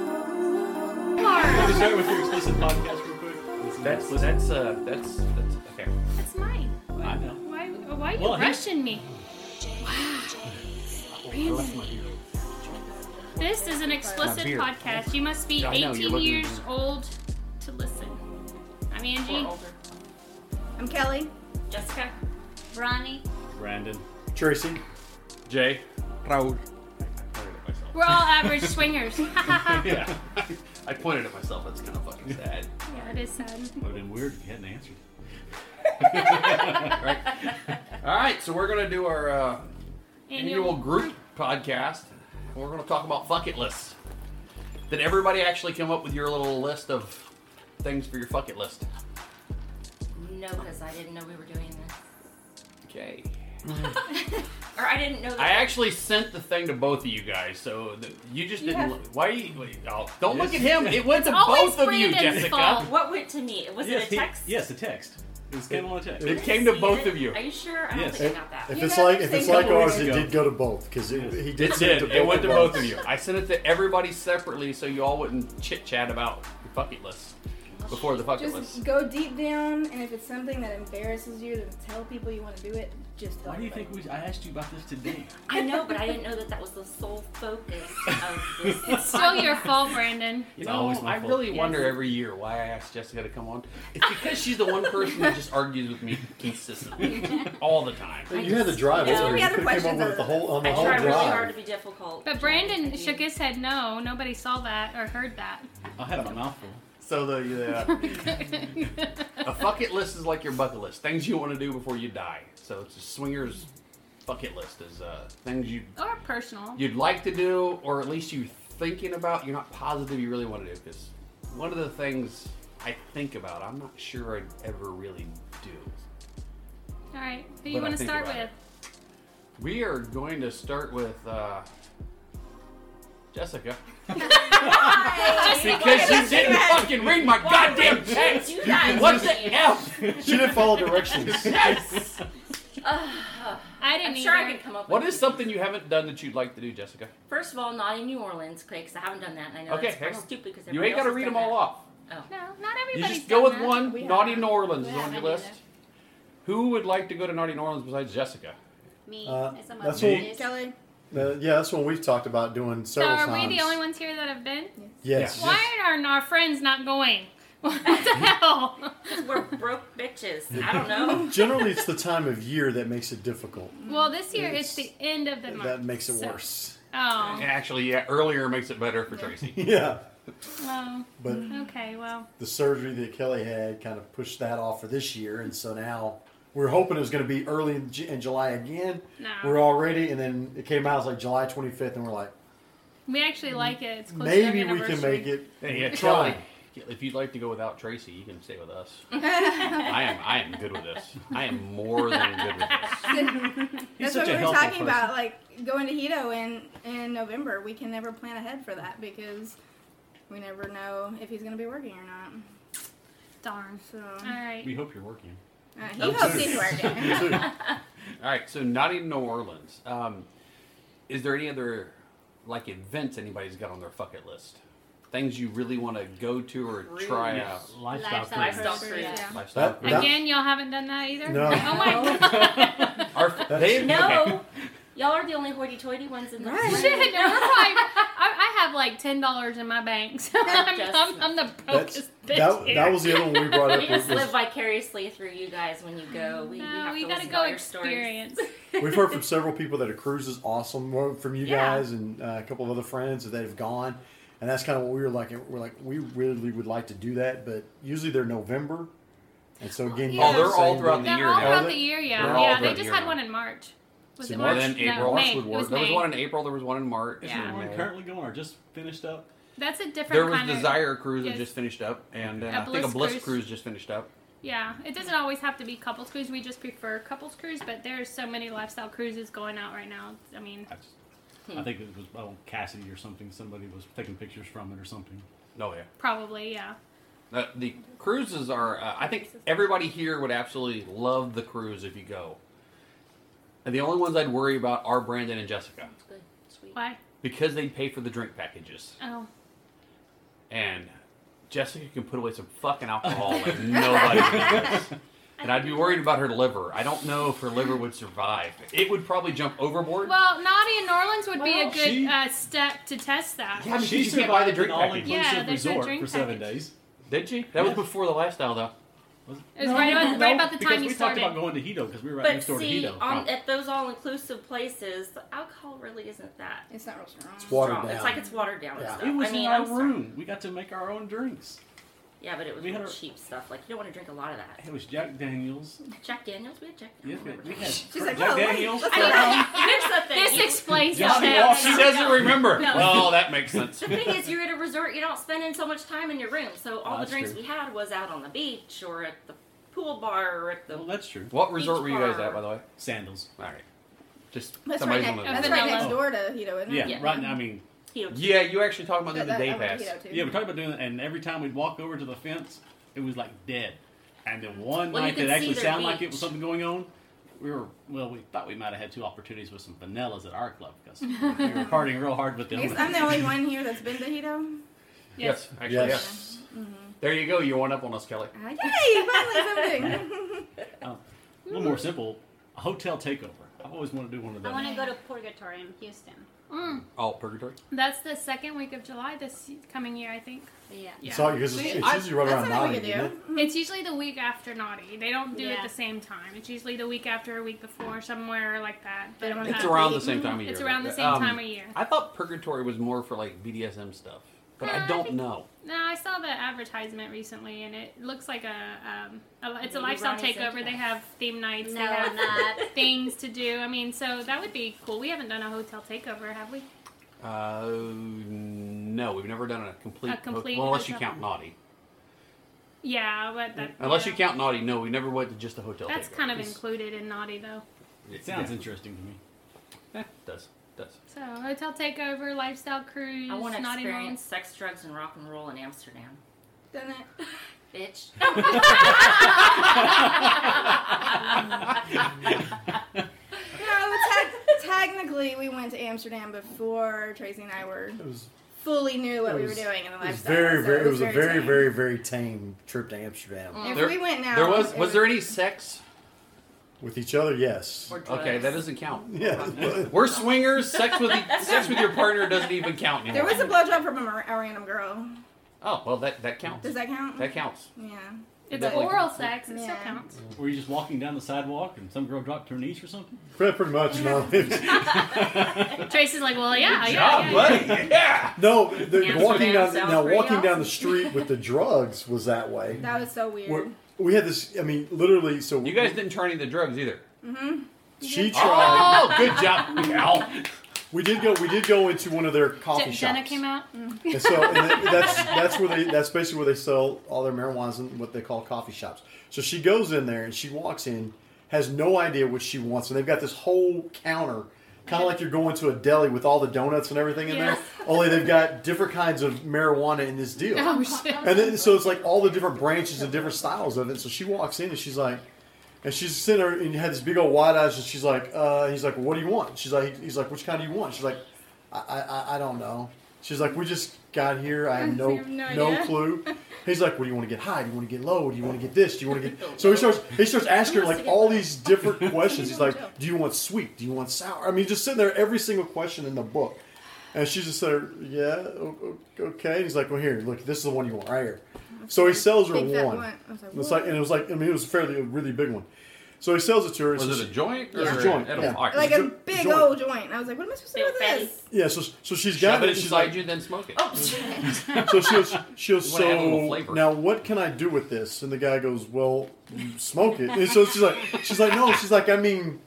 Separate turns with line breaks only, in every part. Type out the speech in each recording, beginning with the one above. Can we start with your explicit podcast real quick?
That's that's uh that's that's okay.
That's mine.
I know.
Why, why are you
Well, he-
rushing me? This is an explicit
beer.
podcast. You must be
Yeah, I know, you're
18
looking-
years old to listen. I'm Angie,
I'm Kelly.
Jessica, Ronnie.
Brandon.
Tracy.
Jay.
Raul.
We're all average swingers. yeah,
Yeah. I pointed at myself. That's kind of fucking sad.
it is sad.
Would have been weird if you hadn't answered.
All right, so we're gonna do our uh, annual
Annual.
group podcast. and We're gonna talk about fuck it lists. Did everybody actually come up with your little list of things for your fuck it list?
No, because I didn't know we were doing this.
Okay.
Or I didn't know that.
I actually sent the thing to both of you guys, so th- you just
You
didn't.
have-
look- why are you? Wait, oh, don't look at
Yes.
him. It went to
Always
both of you,
Brandon's
Jessica.
fault.
what went to me? Was
yes,
it a text?
He, yes, a text. It was kind of a text.
It
I
came to
see
both
it.
of you.
Are you sure? I don't
Yes.
think I got that.
If
one.
it's
You
like
guys
if
think
it's
I'm
like
couple
ours,
weeks
it
ago.
did go to both because it, he did.
It
send
did. It went to both
us.
of you. I sent it to everybody separately so you all wouldn't chit chat about your bucket list before the bucket
Just
list.
go deep down, and if it's something that embarrasses you, then tell people you want to do it. Just tell
Why do you
everybody.
think we, I asked you about this today?
I know, but I didn't know that that was the sole focus of this.
Oh,
It's still your fault, Brandon.
You
It's
know,
always my
I
fault.
really wonder
Yes.
every year why I ask Jessica to come on. It's because she's the one person that just argues with me consistently, all the time.
But You had the drive.
No,
over.
we
You
had
could
the
have came
questions
up with the
other than
whole on the
I
whole
tried really hard to
drive.
be difficult.
But Brandon shook his head no. Nobody saw that or heard that.
I had a mouthful.
So the, a bucket list is like your bucket list, things you want to do before you die. So it's a swingers bucket list is uh, things you
or personal.
you'd like to do, or at least you're thinking about, you're not positive you really want to do. Because one of the things I think about, I'm not sure I'd ever really do.
All right, who
But I
you want to
think
start
about
with?
it. We are going to start with uh, Jessica. because you didn't fucking read my goddamn text!
You guys
What the
are mean.
F?
She didn't follow directions.
Yes!
I didn't
I'm sure I
either.
could come up
What
with
is something you haven't done that you'd like to do, Jessica?
First of all, not in New Orleans, okay, because I haven't done that, and I know
Okay,
that's
hang
kind of
on.
stupid because
You ain't got to read them all off.
No, not
You
everybody's
just go with
done that.
one.
We
Naughty
haven't.
New Orleans is
Yeah,
on
I
your
do
list.
that.
Who would like to go to Naughty New Orleans besides Jessica?
Me
Uh,
as a mother.
that's what.
it is.
Kelly.
Uh, yeah, that's what we've talked about doing
So
several
are
times.
we the only ones here that have been?
Yes.
Why aren't our friends not going? What the hell?
We're broke bitches. I don't know.
Generally, it's the time of year that makes it difficult.
Well, this year it's, the end of the month.
That makes it
so-
worse.
Oh,
Actually, yeah, earlier makes it better for Tracy.
Yeah.
well,
But
okay, well,
the surgery that Kelly had kind of pushed that off for this year, and so now we're hoping it was going to be early in, Ju- in July again.
No.
We're already, and then it came out it was like July 25th, and we're like,
we actually like it. It's close
maybe
to our
we can
anniversary.
make it.
Hey, yeah,
We're
Kelly,
trying.
if you'd like to go without Tracy, you can stay with us. I am, I am good with this. I am more than good with this.
That's
such
what
a
we were
helpful
talking about, like going to Hito in in November. We can never plan ahead for that because we never know if he's going to be working or not.
Darn.
So
All right.
We hope you're working.
uh, he hopes he's working.
Me too.
All right, so not in New Orleans. Um, is there any other like events anybody's got on their bucket list? Things you really want to go to or
uh,
try out?
Lifestyle.
Lifestyle
cruise.
cruise.
Yeah.
Lifestyle.
That-
Again, y'all haven't done that either.
No.
Oh my god.
Our, they, okay.
No, y'all are the only hoity-toity ones in the
Right.
Shit, we're like, I, I have like ten dollars in my bank, so I'm, I'm, I'm the
That's,
brokest bitch
that,
here.
that was the other one we brought
We
up.
just
was-
live vicariously through you guys when you go. We,
no,
we
you
have
gotta
to listen
go
to all your stories.
experience.
we've heard from several people that a cruise is awesome Well, from you
Yeah.
guys and uh, a couple of other friends that have gone, and that's kind of what we were like. We're like, we really would like to do that, but usually they're November, and so again,
Yeah. Oh,
they're all
same
throughout
day.
the year
They're all
now.
throughout the year, yeah.
They're all
Yeah, they
throughout
just
the
had
year.
one in March. Was
So
it
Well,
March?
then April
No, May.
would
It was
work. There was
May.
one in April. There was one in March.
Yeah.
The one currently going or just finished up.
That's a different
There was
kind of.
Desire Cruise that
yes.
just finished up, and uh,
A
I think a
Bliss
Bliss
cruise.
Cruise just finished up.
Yeah, it doesn't always have to be couples cruise. We just prefer couples cruise, but there's so many lifestyle cruises going out right now. I mean,
I,
Hmm.
just, I think it was oh, Cassidy or something. Somebody was taking pictures from it or something.
No, yeah.
probably yeah.
Uh, the cruises are. Uh, I think everybody here would absolutely love the cruise if you go. And the only ones I'd worry about are Brandon and Jessica
Good. Sweet.
Why?
because they pay for the drink packages,
Oh,
and Jessica can put away some fucking alcohol like nobody does. And I'd be worried about her liver. I don't know if her liver would survive. It would probably jump overboard.
well, Naughty and Orleans would be a
Well,
good
she-
uh, step to test that.
Yeah, I mean,
she
you can't buy
survived
the
an
drink
all-inclusive
package.
Yeah, there's no
resort
drink
for seven
package.
days.
Did she? That was
Yeah.
before the lifestyle, though.
It was right about right about the
because
time
we
you
talked
started.
about going to Hito because we were right
But
next door
see,
to Hito.
on, at those all-inclusive places, the alcohol really isn't that
It's not real strong.
Watered
strong. It's
down.
like it's watered down. and
Yeah.
stuff.
it was
I mean,
in our
I'm sorry.
room. We got to make our own drinks.
Yeah, but it was
We had
real
our-
cheap stuff. Like you don't want to drink a lot of that.
It was Jack Daniels.
Jack Daniels. We had Jack. I
Yes,
don't
we,
remember.
we had
Jack
She's like,
Jack
"Oh, wait,
Daniels.
let's
Daniels.
go."
Here's the thing.
This
You-
explains
Just
all
the
that.
off-
She doesn't remember.
No.
Well, that makes sense.
the thing is, you're at a resort. You don't spend in so much time in your room. So all the
That's
drinks
true.
we had was out on the beach or at the pool bar or at the.
Well, that's true.
What resort were you guys at, by the way?
Sandals.
All right. Just
That's right,
somebody's
next,
on
the-
that's
the
right
Vanilla.
next door to Hito, isn't
Yeah,
it?
Yeah.
right now, I mean,
He was-
Yeah, you actually talking about
That-
doing the
that-
day
I went
pass.
to Hito, too.
yeah, we're talking about doing that, and every time we'd walk over to the fence, it was like dead. And then one
Well, you
night
could
that
see
actually
their
sounded like it was
beach.
something going on, we were, well, we thought we might have had two opportunities with some vanillas at our club because we were partying real hard with
I
them.
guess I'm the only one here that's been to Hito.
Yes, actually, yes.
Yes.
There you go. You won up on us, Kelly.
Yay! Finally something.
A little more simple, a hotel takeover. I've always wanted to do one of
I
those.
want to go to Purgatorium, Houston.
Mm,
Oh, purgatory.
that's the second week of July this coming year, I think.
Yeah.
It's all because it's, it's usually right
That's
around
something we
nine.
could do.
Mm-hmm.
It's usually the week after Naughty. They don't do it
Yeah.
the same time. It's usually the week after, a week before, somewhere like that. But
It's
It's
uh,
around the same time of year.
It's around the
though.
same
Um,
time of year.
I thought purgatory was more for like BDSM stuff, but
Uh,
I
I
don't
think-
know.
No, I saw the advertisement recently, and it looks like a, um, a it's a
Maybe
lifestyle
Ronnie's
takeover.
into
They
that.
have theme nights. they
No,
have
not.
things to do. I mean, so that would be cool. We haven't done a hotel takeover, have we?
Uh, no, we've never done a complete.
A complete
well, unless you
hotel.
count naughty.
Yeah, but that.
Unless
yeah.
you count naughty, no, we never went to just a hotel.
That's
takeover.
kind of
It's-
included in naughty though.
It sounds
yeah.
interesting to me.
Eh, does does.
So hotel takeover, lifestyle cruise,
I want to
naughty moms.
experience sex, drugs, and rock and roll in Amsterdam,
Done it.
bitch.
No, te- technically, we went to Amsterdam before Tracy and I were
It was,
fully knew what
it
we were
was-
doing
Oh,
in the
it was
lifestyle.
very,
so
very. It was a very,
tame.
very, very tame trip to Amsterdam
If
There-
we went now,
there was
it
was there any sex?
with each other. Yes.
Or drugs.
Okay, that doesn't count.
Yeah.
We're swingers. Sex with the, sex with your partner doesn't even count
There
anymore.
was a blowjob from a, mar- a random girl.
oh well, that that counts.
Does that count?
That counts.
yeah.
It's
Definitely.
oral sex. It still
Yeah.
counts.
Were you just walking down the sidewalk and some girl dropped to her knees or something?
Pretty pretty much. No.
Trace is like, well, yeah,
Good
yeah, yeah,
job,
yeah.
buddy. Yeah.
No, the
Amsterdam
walking down
sounds
now
pretty
walking down the
awesome.
street with the drugs was that way.
That was so weird.
We're- we had this. I mean, literally. So
You guys didn't try any of the drugs either.
she tried.
Oh, good job, Cal.
We did go. We did go into one of their
Je-
coffee shops.
Jenna came out.
And so and that- that's that's where they that's basically where they sell all their marijuanas in what they call coffee shops. So she goes in there and she walks in, has no idea what she wants, and they've got this whole counter, kind of like you're going to a deli with all the donuts and everything in
Yes.
there. Only they've got different kinds of marijuana in this deal.
Oh shit.
And then so it's like all the different branches and different styles of it. So she walks in and she's like, and she's sitting there and had this big old wide eyes and she's like, uh, he's like, what do you want? She's like, he's like, which kind do you want? She's like, I, I, I- I don't know. She's like, we just got here. I have no
have no
no
idea."
clue. He's like, what do you want to get high? Do you want to get low? Do you want to get this? Do you want to get? So he starts he starts asking her like all these different questions. He's like, do you want sweet? Do you want sour? I mean, just sitting there every single question in the book. And she just said, "Yeah, o- o- okay." And he's like, "Well, here, look, this is the one you want, right here." So he sells her
Big fat
one.
one. I was like,
And it's like, and
"What?"
it was like, I mean, it was fairly a really big one. So he sells it to her. and
Was
so
it a
she-
joint? Or
It was a joint,
edible?
yeah.
All right.
like a
jo-
big
joint.
old joint. I was like, what am I supposed to do
Big
with
fatty.
this?
yeah, so so she's
Shove
got
it
it. She's
inside
like,
you, then smoke it.
Oh,
Oh,
so she'll she'll
wanna add a little
so
flavor.
now what can I do with this? And the guy goes, "Well, you smoke it." And so she's like, she's like, no, she's like, I mean,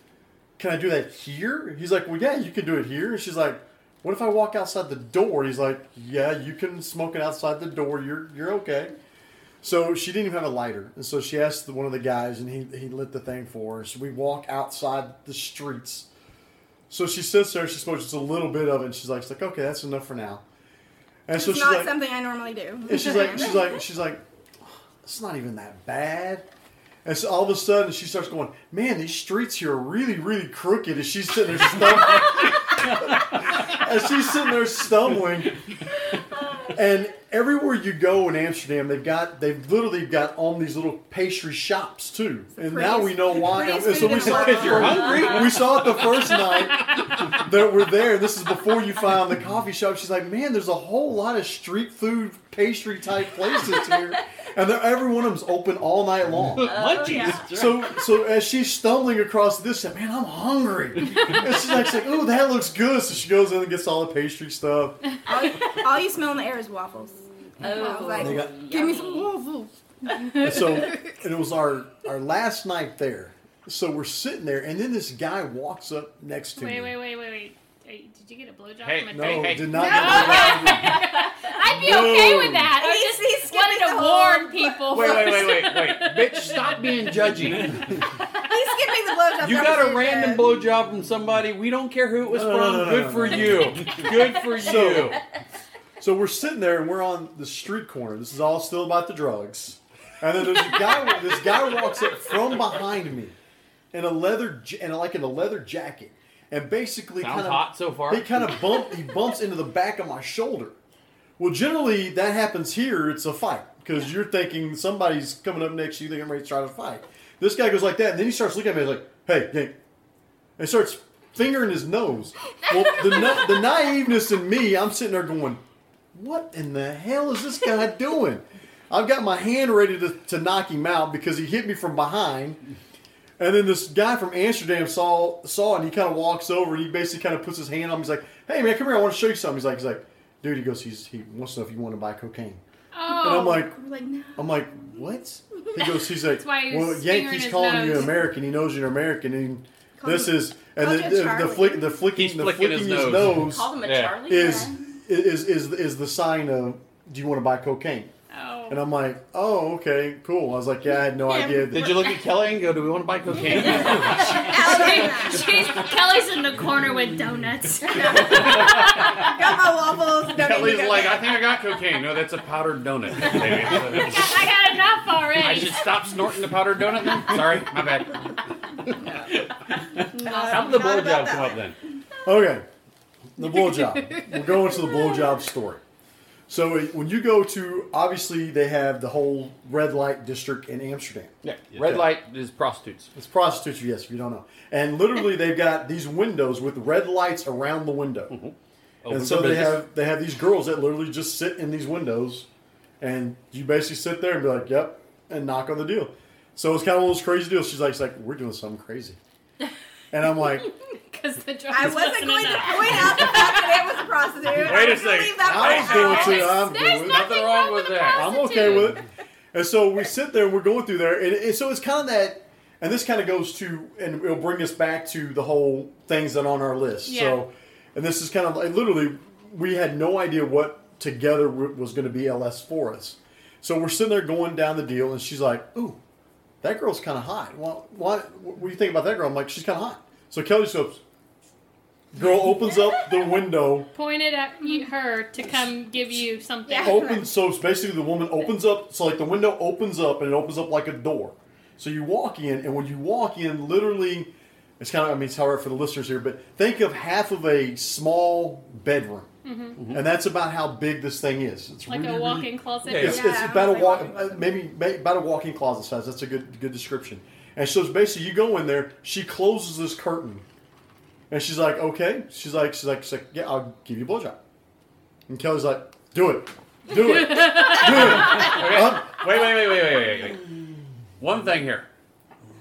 can I do that here? He's like, well, yeah, you can do it here. And she's like, what if I walk outside the door? He's like, yeah, you can smoke it outside the door. You're you're okay. So she didn't even have a lighter, and so she asked one of the guys, and he he lit the thing for her. So we walk outside the streets. So she sits there, and she smokes just a little bit of it, and she's like, she's like, okay, that's enough for now. And so
it's
she's
not
like,
something I normally do.
and she's like, she's like, she's like, it's not even that bad. And so all of a sudden she starts going, man, these streets here are really, really crooked. And she's sitting there stumbling. and she's sitting there stumbling. And everywhere you go in Amsterdam, they've got they've literally got on these little pastry shops too. And now we know why.
Freeze
And so we
food
saw,
and wine.
we saw it the first night that we're there. This is before you found the coffee shop. She's like, man, there's a whole lot of street food pastry type places here, and they're, every one of them's open all night
Oh,
long.
Munchies.
So, so as she's stumbling across this, she said, man, I'm hungry. And she's like, she's like, oh, that looks good. So she goes in and gets all the pastry stuff.
All, all you smell in the air is waffles. I
Oh,
was like,
They got-
give me some
yummy.
waffles.
And so, and it was our our last night there. So we're sitting there, and then this guy walks up next to me.
Wait, wait, wait, wait, wait. Hey, Did you get a blowjob
Hey,
from a
No,
hey,
dude?
hey.
did not.
I'd be
No.
okay with that. I
He's-
just
he's skipping
wanted
the
to
whole-
warn people.
Oh, Wait, wait, wait, wait, wait. Bitch, stop being judgy.
He's skipping the blowjob.
You got a
conversation.
random blowjob from somebody. We don't care who it was
No, no,
from.
no, no,
Good
no,
for
no.
you. Good for
So-
you.
So we're sitting there and we're on the street corner. This is all still about the drugs. And then there's a guy. this guy walks up from behind me, in a leather j- and like in a leather jacket, and basically
Sounds
kind of
hot so far.
He kind of bump. He bumps into the back of my shoulder. Well, generally that happens here. It's a fight because you're thinking somebody's coming up next. to You think I'm ready to try to fight. This guy goes like that, and then he starts looking at me he's like, "Hey, hey," and starts fingering his nose. Well, the na- the naiveness in me, I'm sitting there going, "What in the hell is this guy doing?" I've got my hand ready to, to knock him out because he hit me from behind. And then this guy from Amsterdam saw saw it and he kind of walks over and he basically kind of puts his hand on him. He's like, "Hey man, come here. I want to show you something." He's like, "He's like, dude." He goes, "He's he wants to know if you want to buy cocaine." And I'm
Oh,
like,
We're like, no.
I'm like, what? He goes, he's like,
That's why he was
well,
fingering
Yankee's
his
calling you
nose.
American. He knows you're American, and
Call
this
him-
is and
call
the,
him
the, the
Charlie.
flick the flicking
He's
the
flicking
flicking
his
his
nose.
nose
Call him a
Yeah.
Charlie.
is
yeah.
is is is the sign of do you want to buy cocaine?
oh.
And I'm like, oh, okay, cool. I was like, yeah, I had no
Yeah.
idea.
Did you look at Kelly and go, do we want to buy cocaine?
Alex,
She's, Kelly's in the corner with donuts.
got my waffles. Don't
Kelly's
need to go.
like, I think I got cocaine. No, that's a powdered donut. baby.
I got enough
I
already.
should stop snorting the powdered donut then? Sorry, my bad.
No,
How did the
not
blowjob
about that
come up
one.
then?
Okay, the blowjob. We're going to the blowjob story. So uh, when you go to, obviously they have the whole red light district in Amsterdam.
Yeah, red light is prostitutes.
It's prostitutes, yes, if you don't know. And literally, they've got these windows with red lights around the window, and
Open
so
for
they
business.
have they have these girls that literally just sit in these windows, and you basically sit there and be like, "Yep," and knock on the deal. So it's kind of one of those crazy deals. She's like, she's like, "We're doing something crazy," and I'm like,
Because the drugs
I wasn't
wasn't
going to
enough.
point out the fact that it was a prostitute. I
Wait a
was gonna
second.
leave that
"I'm
part out.
going to,
uh,
I'm
There's nothing
doing."
Nothing
wrong
wrong
with
with
that.
that.
I'm okay with it. And so we sit there and we're going through there, and, and so it's kind of that, and this kind of goes to, and it'll bring us back to the whole things that are on our list.
Yeah.
So, and this is kind of like literally, we had no idea what together w- was going to be LS for us. So we're sitting there going down the deal, and she's like, "Ooh, that girl's kind of hot. Well, what, what do you think about that girl?" I'm like, "She's kind of hot." So Kelly goes, "Girl opens up the window."
Pointed at you, her to come give you something.
Yeah.
Oh.
opens so it's basically the woman opens up so like the window opens up and it opens up like a door so you walk in and when you walk in literally it's kind of i mean it's hard for the listeners here but think of half of a small bedroom and that's about how big this thing is it's
Like
really,
a
really-
walk-in closet.
Yeah.
it's,
Yeah,
it's
I would
about a
say
walk,
walk-in closet.
uh, maybe, maybe about a walk-in closet size. That's a good good description. And so it's basically, you go in there. She closes this curtain, and she's like, "Okay." She's like, "She's like, she's like, yeah, I'll give you a blowjob." And Kelly's like, "Do it, do it, do it." Um, I'm-
Wait, wait, wait, wait, wait, wait, wait. One thing here.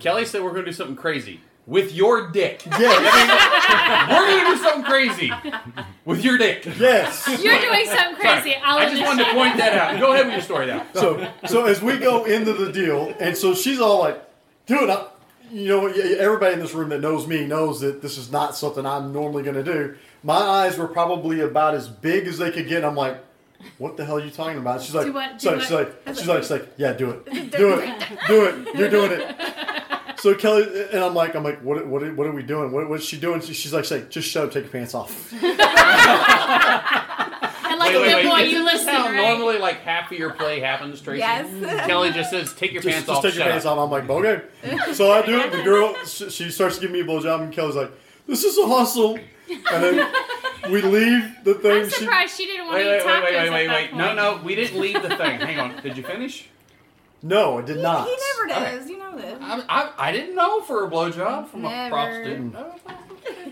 Kelly said we're going to do something crazy with your dick.
yes,
we're going to do something crazy with your dick.
yes.
You're doing something crazy.
Sorry.
I'll
I just wanted to point that out. Go ahead with your story now.
So so as we go into the deal, and so she's all like, "Do it." I, you know, y- everybody in this room that knows me knows that this is not something I'm normally going to do. My eyes were probably about as big as they could get. I'm like, "What the hell are you talking about?" She's like,
Do what?
she's
Do
like, she's
what?
like, she's like, she's like, yeah, do it, do it, do it. You're doing it. So Kelly and I'm like, I'm like, what, what, what are we doing? What, what's she doing? She- She's like, she's like, just shut up, take your pants off.
And like
wait,
the
wait,
one
wait.
you
Isn't this
listen,
how
right?
normally like half of your play happens, Tracy? Mm.
Yes.
Kelly just says, "Take your
Just,
pants
just
off."
take your
shut
pants
up.
off. I'm like, okay. So I do it. The girl, she, she starts giving me a blowjob, and Kelly's like, this is a hustle. And then we leave the thing.
I'm
She-
surprised she didn't want
Wait,
to eat
wait,
tacos
wait, wait,
at
wait,
that
wait. No,
point.
no, we didn't leave the thing. Hang on. Did you finish?
no, I did
He,
not.
he never
Okay.
does. You know this.
I, I, I didn't know for a blowjob from a
Never.
prostitute.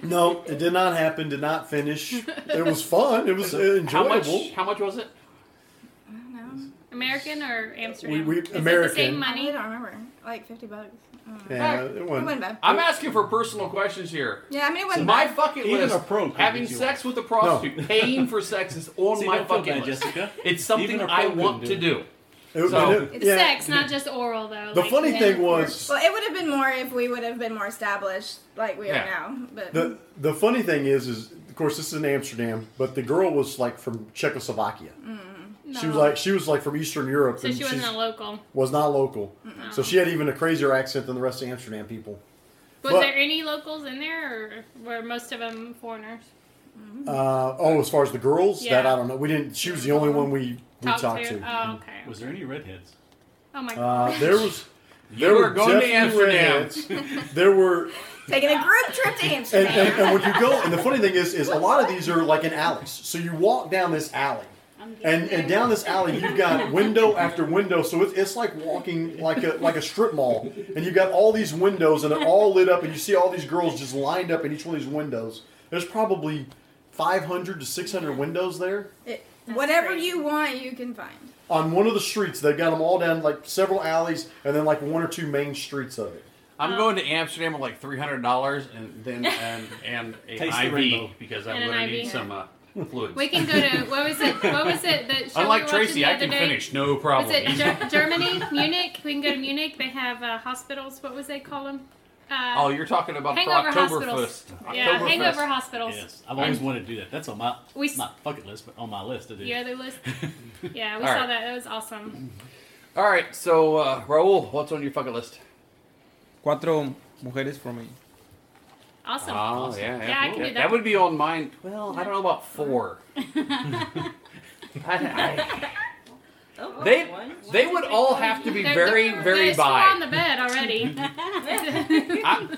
No, it did not happen. Did not finish. It was fun. It was
How
enjoyable.
much? How much was it?
I don't know.
American or Amsterdam?
we-
Is it
American.
the same
I
money?
really don't remember. Like fifty bucks. I don't know.
Yeah, it
It wasn't
wasn't.
bad.
I'm asking for personal questions here.
Yeah, I mean it wasn't
my
bad.
fucking
Even
list.
a pro could
having
get you
sex with a prostitute, paying for sex is on
See,
my
don't feel
fucking
bad,
list.
Jessica.
It's
Even
something
a pro
I
couldn't
want
do
to
it.
do.
It, was
So-
it,
It's
yeah,
sex, not just oral though.
The
like,
funny
yeah.
thing was
Well, it would have been more if we would have been more established, like we
Yeah.
are now. But
the the funny thing is is of course this is in Amsterdam, but the girl was like from Czechoslovakia. She was
Mm, No.
like she was like from Eastern Europe,
So
and
she wasn't
she's-
a local.
was not local.
No.
So she had even a crazier accent than the rest of Amsterdam people.
Was
but-
there any locals in there, or were most of them foreigners?
Uh, oh, as far as the girls, that
Yeah.
I don't know. We didn't. She was the only one we we
Talk
talked to.
Oh, okay.
Was there any redheads?
oh my god.
Uh, there was.
You
There
are
were
going to
definitely
Amsterdam.
redheads. There were
taking a group trip to
and,
Amsterdam.
and, and when you go, and the funny thing is, is a lot of these are like in alleys. So you walk down this alley, and and down this alley you've got window after window. So it's, it's like walking like a like a strip mall, and you've got all these windows, and they're all lit up, and you see all these girls just lined up in each one of these windows. There's probably 500 to 600 windows there.
It- whatever
crazy.
you want, you can find.
On one of the streets, they've got them all down like several alleys, and then like one or two main streets of it.
Um,
I'm going to Amsterdam with like three hundred dollars, and then and and a
Taste the
IV
rainbow.
because I'm
And an
going to
IV.
need some uh, fluids.
we can go to what was it? What was it? That show we
Unlike
were watching
Tracy,
the
I
other
can
day?
finish no
Was
problem.
it Ger- Germany? Munich? We can go to Munich. They have uh, hospitals. What was they call them? Uh,
oh, you're talking about for
hangover
Oktoberfest.
hospitals. yeah,
Oktoberfest.
hangover hospitals.
Yes, I've always wanted to do that. That's on my
We s-
not bucket list, but on my list to do.
Your other list? Yeah, we
All
saw
right.
that. That was awesome.
All right, so uh, Raul, what's on your fucking list?
Cuatro mujeres for me.
Awesome.
Oh, yeah,
Yeah, I can do that.
That would be on mine. Well, I don't know about four. I- I-
Oh,
they
one.
they would all have to be
They're-
very
they're-
very
they're still on
bi.
the bed already.
I,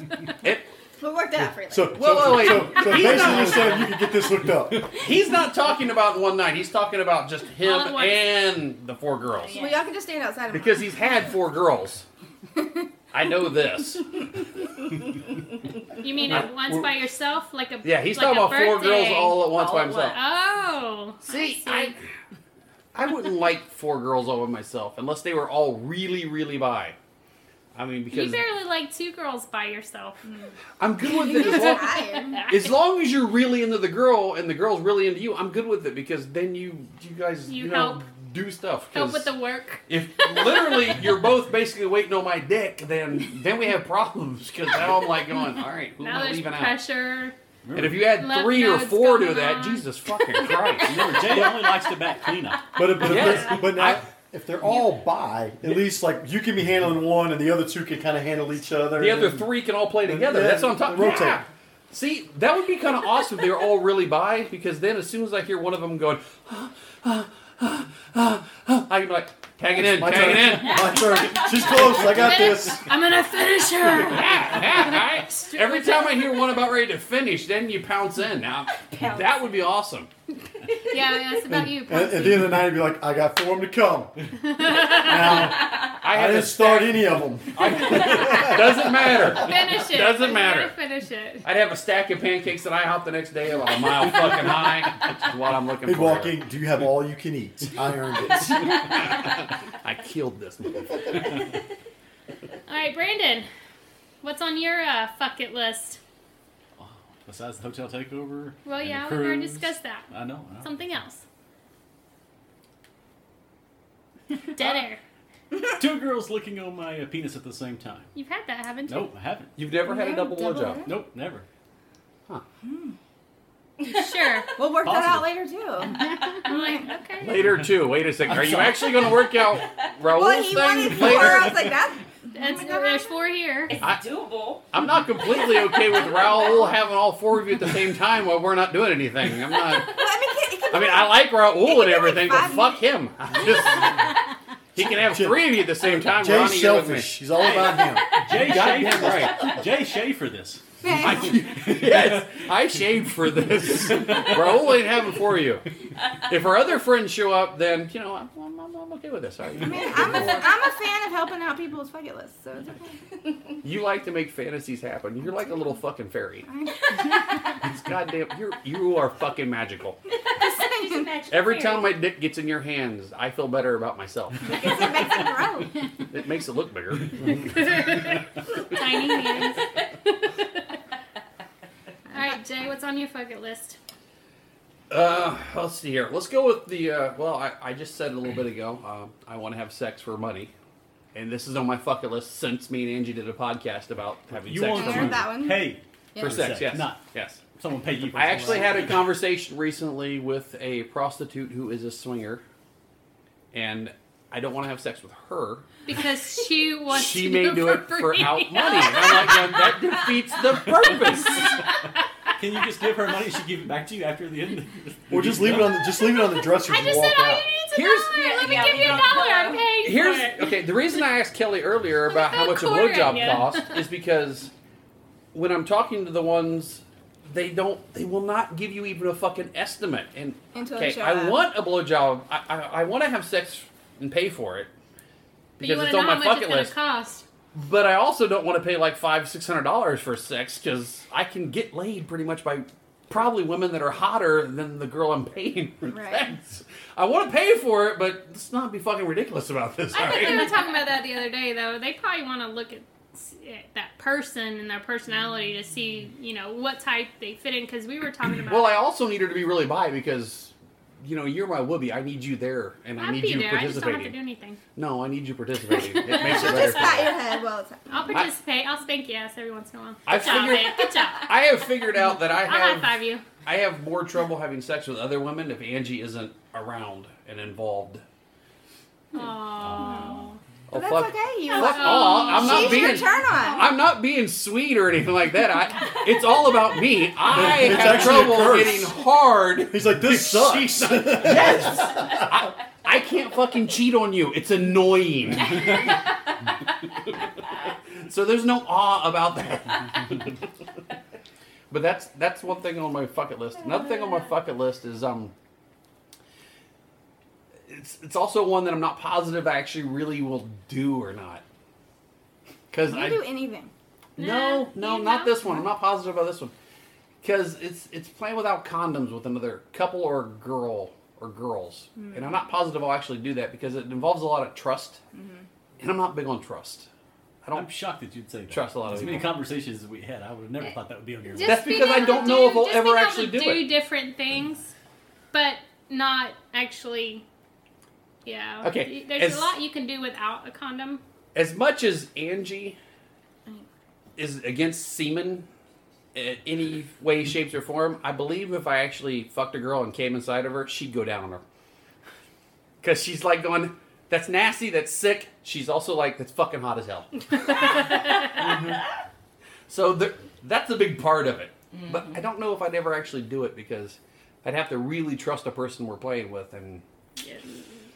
it,
But worked out for you.
So,
Well,
so,
wait,
so,
wait.
so
He's
basically,
not-
you're saying you could get this hooked up.
he's not talking about one night. He's talking about just him
All at once.
and the four girls
well, y'all can just stand outside. Of
because he's had four girls. I know this.
you mean at once by yourself, like a
Yeah, he's
like
talking
a
about four girls
birthday.
all at once
All
by
at
himself.
once.
Oh,
See, I, I wouldn't like four girls all by myself unless they were all really, really bi. I mean,
you
because
barely like two girls by yourself.
I'm good with
You're
it. As
just
long,
tired.
as long as you're really into the girl and the girl's really into you, I'm good with it because then you, you guys,
You
you, know,
help.
do stuff.
Help with
'cause
the work.
if literally you're both basically waiting on my dick, then then we have problems because now I'm like going, all right, who
Now
am I
there's
leaving out?
pressure.
And if you had
Lymph
three or
nodes
four to
going
that,
on.
Jesus fucking Christ.
Remember, Jay only likes to back cleanup.
But but,
Yes.
if they're, but now,
I-
if they're all by, at least like you can be handling one, and the other two can kind of handle each other.
The other
and-
three can all play together.
Yeah,
That's on top.
rotate.
Yeah. See, that would be kind of awesome if they were all really bi, because then as soon as I hear one of them going, I can be like, tag it in,
My
tag
turn.
it in.
My turn. She's close. I got this.
I'm gonna finish her.
Ah, ah, ah. Every time I hear one about ready to finish, then you pounce in. Now, that would be awesome.
yeah, that's about you.
And at
Patsy.
the end of the night, I'd be like, I got four of them to come. Now,
I
I
have
didn't
to
start any of them.
Doesn't matter.
Finish it.
Doesn't
You gotta
matter.
Finish it.
I'd have a stack of pancakes that I hop the next day about a mile fucking high, which is what I'm looking
He'd
for.
walk in. Do you have all you can eat? I earned it.
I killed this motherfucker.
All right, Brandon. What's on your uh, fuck it list?
Besides the hotel takeover.
Well,
and the
yeah, we already
cruise.
discussed that.
I know. I know.
Something else. Dead air.
Two girls licking on my uh, penis at the same time.
You've had that, haven't you?
Nope, I haven't.
You've never had a double blowjob.
Nope, never.
Sure.
We'll work that out
Positive.
later too.
I'm like, okay.
Later too. Wait a second. Are you
sorry.
actually going to work out Raul's
Well, he wanted
thing
four. I was
later?
like, that's
That's, there's four here.
It's
I-
doable.
I'm not completely okay with Raul having all four of you at the same time while we're not doing anything. I'm not.
Well, I mean, it can, it can
I mean, I like Raul and
like
everything, but
five
fuck him. I just- he can have
Jay-
three of you at the same time.
Jay's
Ronnie, you with me.
selfish. He's all about him.
Jay
Goddamn
Schaefer.
right.
Jay Schaefer. This.
I, yes, I shaved for this. Raul ain't having for you. If our other friends show up, then you know I'm, I'm, I'm- I'm okay with this. All
I
right.
mean, I'm a, I'm a fan of helping out people's bucket lists, so it's okay.
You like to make fantasies happen. You're like a little fucking fairy. It's goddamn. You're you are fucking magical.
She's a magic
Every
fairy.
time my dick gets in your hands, I feel better about myself.
Because it makes it grow.
It makes it look bigger.
Tiny hands. All right, Jay, what's on your bucket list?
Uh, let's see here. Let's go with the. Uh, well, I, I just said a little bit ago. Um, I want to have sex for money, and this is on my fucking list since me and Angie did a podcast about having
You
sex
want
for
Heard
money.
someone
that one.
Hey,
For
Yeah.
sex, yes,
Not-
yes.
someone paid you. For
I actually
someone.
had a conversation recently with a prostitute who is a swinger, and I don't want to have sex with her.
Because she wants
she
to
may
do,
do it for
free.
out money. And I'm like, "Well, that defeats the purpose.
Can you just give her money? and She give it back to you after the end.
Or just leave it on the just leave it on the dresser.
I
and
just
walk
said all
out.
you need is a
Here's-
dollar. Let me
Yeah,
give
leave
you a
it on
dollar.
the
I'm
pillow.
paying for
Here's
it.
okay. The reason I asked Kelly earlier about how
throw a
much a
quarter at
blowjob
ya.
costs is because when I'm talking to the ones, they don't, they will not give you even a fucking estimate. And
Until they
okay,
show
I
up.
want a blowjob. I, I, I want to have sex and pay for it
But you
because
want
it's
to know
on
how
my
much it's
bucket
going
list.
to cost.
But I also don't want to pay like five, six hundred dollars for sex because I can get laid pretty much by probably women that are hotter than the girl I'm paying for
Right.
sex. I want to pay for it, but let's not be fucking ridiculous about this. all
I think we
right?
were talking about that the other day, though. They probably want to look at s- at that person and their personality to see, you know, what type they fit in. Because we were talking about.
Well, I also need her to be really bi because, you know, you're my whoopee. I need you there, and I
I'd
need
be
you
there. I just don't
participating.
have to do anything.
no, I need you participating. It makes
She
it better.
just
For
pat
me.
your head while it's happening.
I'll participate. I'll spank your ass every once in a while.
I
Good job,
figured-
babe. Good job.
I have figured out that I
I'll high
have
five you.
I have more trouble having sex with other women if Angie isn't around and involved.
Oh.
Oh,
But that's
fuck.
okay. You
Fuck all. I'm not
She's
being.
your turn on.
I'm not being sweet or anything like that. I, it's all about me. I
It's
have
actually a
trouble
curse.
getting hard.
He's like, this sucks.
Yes, I, I can't fucking cheat on you. It's annoying. so there's no awe about that. but that's that's one thing on my bucket list. Another thing on my bucket list is um. It's, it's also one that I'm not positive I actually really will do or not. Because
you
I
do anything.
no, no,
you
not
know?
this one. I'm not positive about this one. Cause it's it's playing without condoms with another couple or girl or girls,
Hmm.
and I'm not positive I'll actually do that because it involves a lot of trust,
Mm-hmm.
and I'm not big on trust. I
I'm
don't.
shocked that you'd say that.
Trust a lot of
As many
people.
conversations as we had, I would have never thought that would be on your list.
That's
being
because I
able
don't
to
know if I'll
just
ever
being able
actually
to
do it.
different things, but not actually. Yeah.
Okay,
There's
as-
a lot you can do without a condom.
As much as Angie
Mm.
is against semen in any way, shape, or form, I believe if I actually fucked a girl and came inside of her, she'd go down on her. Cause she's like going, "That's nasty. That's sick." She's also like, "That's fucking hot as hell." So there, that's a big part of it. But
Mm-hmm.
I don't know if I'd ever actually do it because I'd have to really trust a person we're playing with, and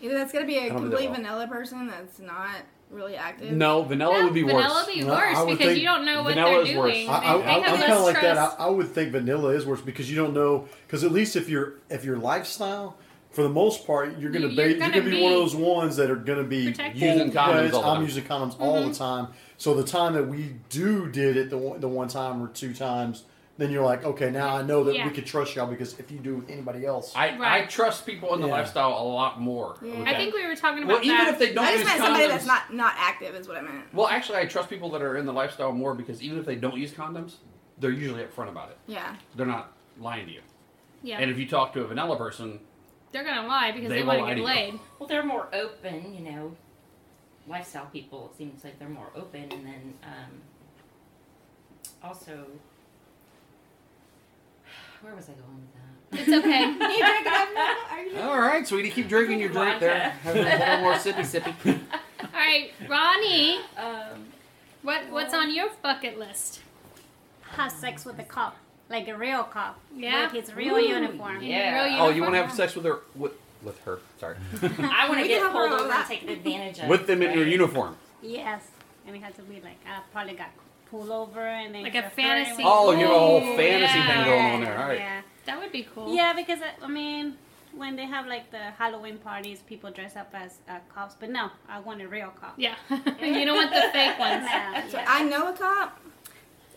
Either that's gonna be
don't
a
do that
complete
well.
vanilla person that's not really active.
no, vanilla would be
vanilla
worse.
would be
No,
worse
I would
because
think
you don't know what
vanilla
they're
is worse.
doing.
I, I,
They- they
I,
have
I'm
less
kind of like that.
trust.
I, I would think vanilla is worse because you don't know. Because at least if you're if your lifestyle, for the most part, you're gonna
You-
be
you're
you're gonna,
gonna
be, one of
be
those ones that are gonna be
protected.
full
Using condoms
pledged.
all the
I'm
time.
using condoms all the time. So the time that we do did it the one, the one time or two times, then you're like, okay, now I know that
Yeah.
we could trust y'all because if you do with anybody else,
I, I
Right.
trust people in the
Yeah.
lifestyle a lot more.
Yeah.
with
I
that.
think we were talking about
well, even
that.
if they don't
I just
use
meant
condoms,
somebody that's not not active is what I meant.
well, actually, I trust people that are in the lifestyle more because even if they don't use condoms, they're usually upfront about it.
Yeah.
They're not lying to you.
yeah,
And if you talk to a vanilla person,
they're gonna lie because they,
They
want
will
to get
lie to you.
laid.
Well, they're more open, you know. Lifestyle people, it seems like they're more open, and then um, also, where was I going with that?
It's okay.
Can you drink it up now? Are you-
all right, sweetie, keep drinking your drink there. Have a little more sippy sippy.
All right, Ronnie,
Um,
what what's on your bucket list?
Have sex with a cop. like a real cop.
Yeah.
With his real
Ooh,
uniform.
yeah.
Real
Oh, you want to
uniform.
have sex with her? With, with her, sorry.
I want to
We can
get
have
pulled
her on
over and
that.
taken advantage of.
with them in your
right?
uniform.
Yes. And it had to be like, I probably got pulled over and then.
Like a
chauffeur
fantasy.
was-
Oh, your whole
Ooh,
fantasy
yeah.
thing going on there. All right.
Yeah.
That would be cool.
Yeah, because I- I mean, when they have like the Halloween parties, people dress up as uh, cops. But no, I want a real cop.
Yeah. you don't want the fake ones.
Yeah,
So
yeah.
I know a cop.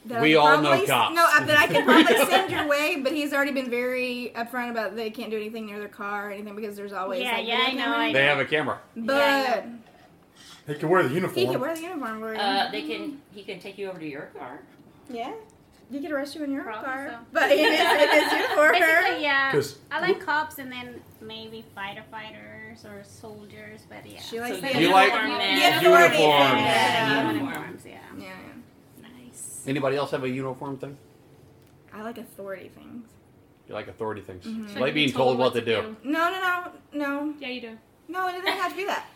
that I
We
could
all know
probably-
cops.
No, I- that I could probably send your way, but he's already been very upfront about they can't do anything near their car or anything because there's always
Yeah,
like,
yeah,
video
I know,
cameras.
They have a camera.
But
He can wear the
he could
uniform.
wear the uniform for you.
Uh, they
Mm-hmm.
can. He can take you over to your car.
yeah, he could arrest you in your own
Probably
car.
so.
But it is, it is uniform.
Basically, yeah.
'Cause
I like cops and then maybe fighter fighters or soldiers, but yeah.
She likes
So
the
you
uniform.
like-
Yeah,
men.
the authority.
Uniforms.
yeah.
Yeah.
uniforms, yeah.
Yeah, yeah.
Nice.
Anybody else have a uniform thing?
I like authority things.
You like authority things.
Mm-hmm.
Mhm.
You like being told what to do.
No, no, no, no,
Yeah, you do.
no. It doesn't have to be that.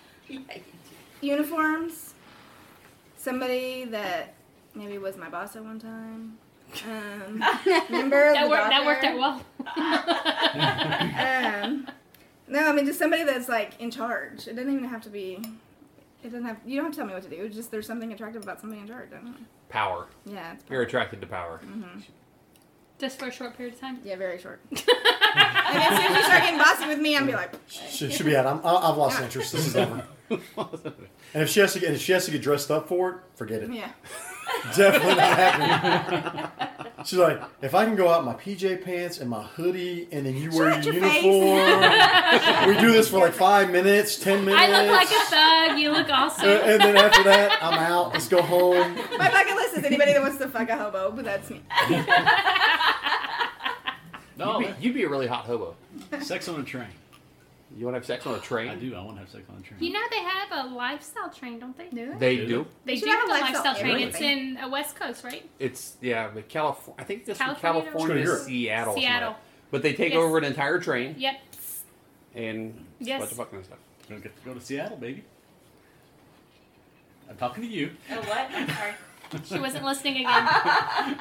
uniforms. Somebody that maybe was my boss at one time. Um, remember
That
the
worked. That
doctor?
worked out well.
Um, no, I mean just somebody that's like in charge. It doesn't even have to be. It doesn't have. You don't have to tell me what to do. Just there's something attractive about somebody in charge. I don't know.
Power.
Yeah, it's. Mm-hmm.
You're attracted to power.
Just for a short period of time.
Yeah, very short. and as soon as you start getting bossy with me, I'm be like,
She should be out. I'm, I- I've lost interest. This is over. And if she has to get, if she has to get dressed up for it, forget it.
yeah.
Definitely not happening. She's like, if I can go out in my PJ pants and my hoodie, and then you wear
out
your
your face.
uniform, we do this for like five minutes, ten minutes.
I look like a thug. You look awesome.
Uh, and then after that, I'm out. Let's go home.
My bucket list is anybody that wants to fuck a hobo, but that's me.
No,
You'd, be, you'd be a really hot hobo.
sex on a train.
You want to have sex on a train?
I do. I want to have sex on a train.
You know they have a lifestyle train, don't they?
Do
They
Do
do.
They
They
do
should have
have a
a lifestyle
lifestyle train.
train.
It's in uh, West Coast, right?
It's yeah, but California. I think this from
California to-
California to
Sure.
Seattle. or something like
Seattle.
that. But they take
Yes.
over an entire train
Yep.
and
Yes.
bunch of fucking stuff.
Don't get to go to Seattle, baby. I'm talking to you.
Oh, what? I'm sorry.
She wasn't listening again.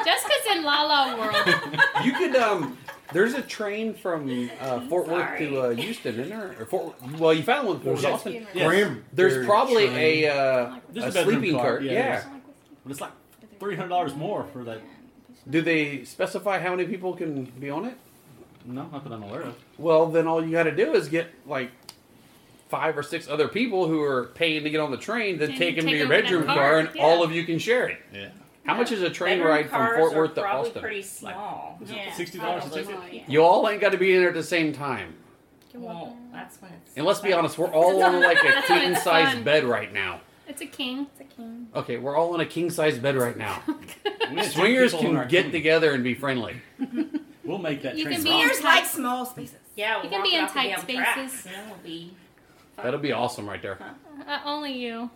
Just 'cause in La La World.
You could um. There's a train from uh, Fort Worth to uh, Houston, isn't there? Or Fort, well, you found one from
There's-
Austin.
Yes.
Grim,
There's
Gary
probably
Train.
a uh,
There's
a,
a bedroom
sleeping
car,
cart.
yeah,
Yeah.
there's- But it's like three hundred dollars more for that.
Do they specify how many people can be on it?
No, not that I'm aware of.
Well, then all you got to do is get like five or six other people who are paying to get on the train to
And
take them to
take
your
over that
bedroom
car,
car, and
yeah.
all of you can share it.
Yeah.
How much is a train
Bedroom
ride from
cars
Fort
are
Worth to
probably
Austin?
Pretty small.
Yeah.
Sixty dollars a
Probably.
ticket.
You all ain't got to be in there at the same time.
Well, that's when it's.
And let's be honest, we're all on like a
That's why it's
queen size
fun.
bed right now.
It's a king. It's a king.
Okay, we're all on a king size bed right now.
We had two
Swingers
people in our
can get
team.
together and be friendly.
We'll make that
You
train.
can be
ride.
Beers like small spaces.
Yeah, we'll
You can be in
walk
tight
off the damn tracks,
spaces.
and then we'll be.
That'll be awesome right there.
Uh, only you.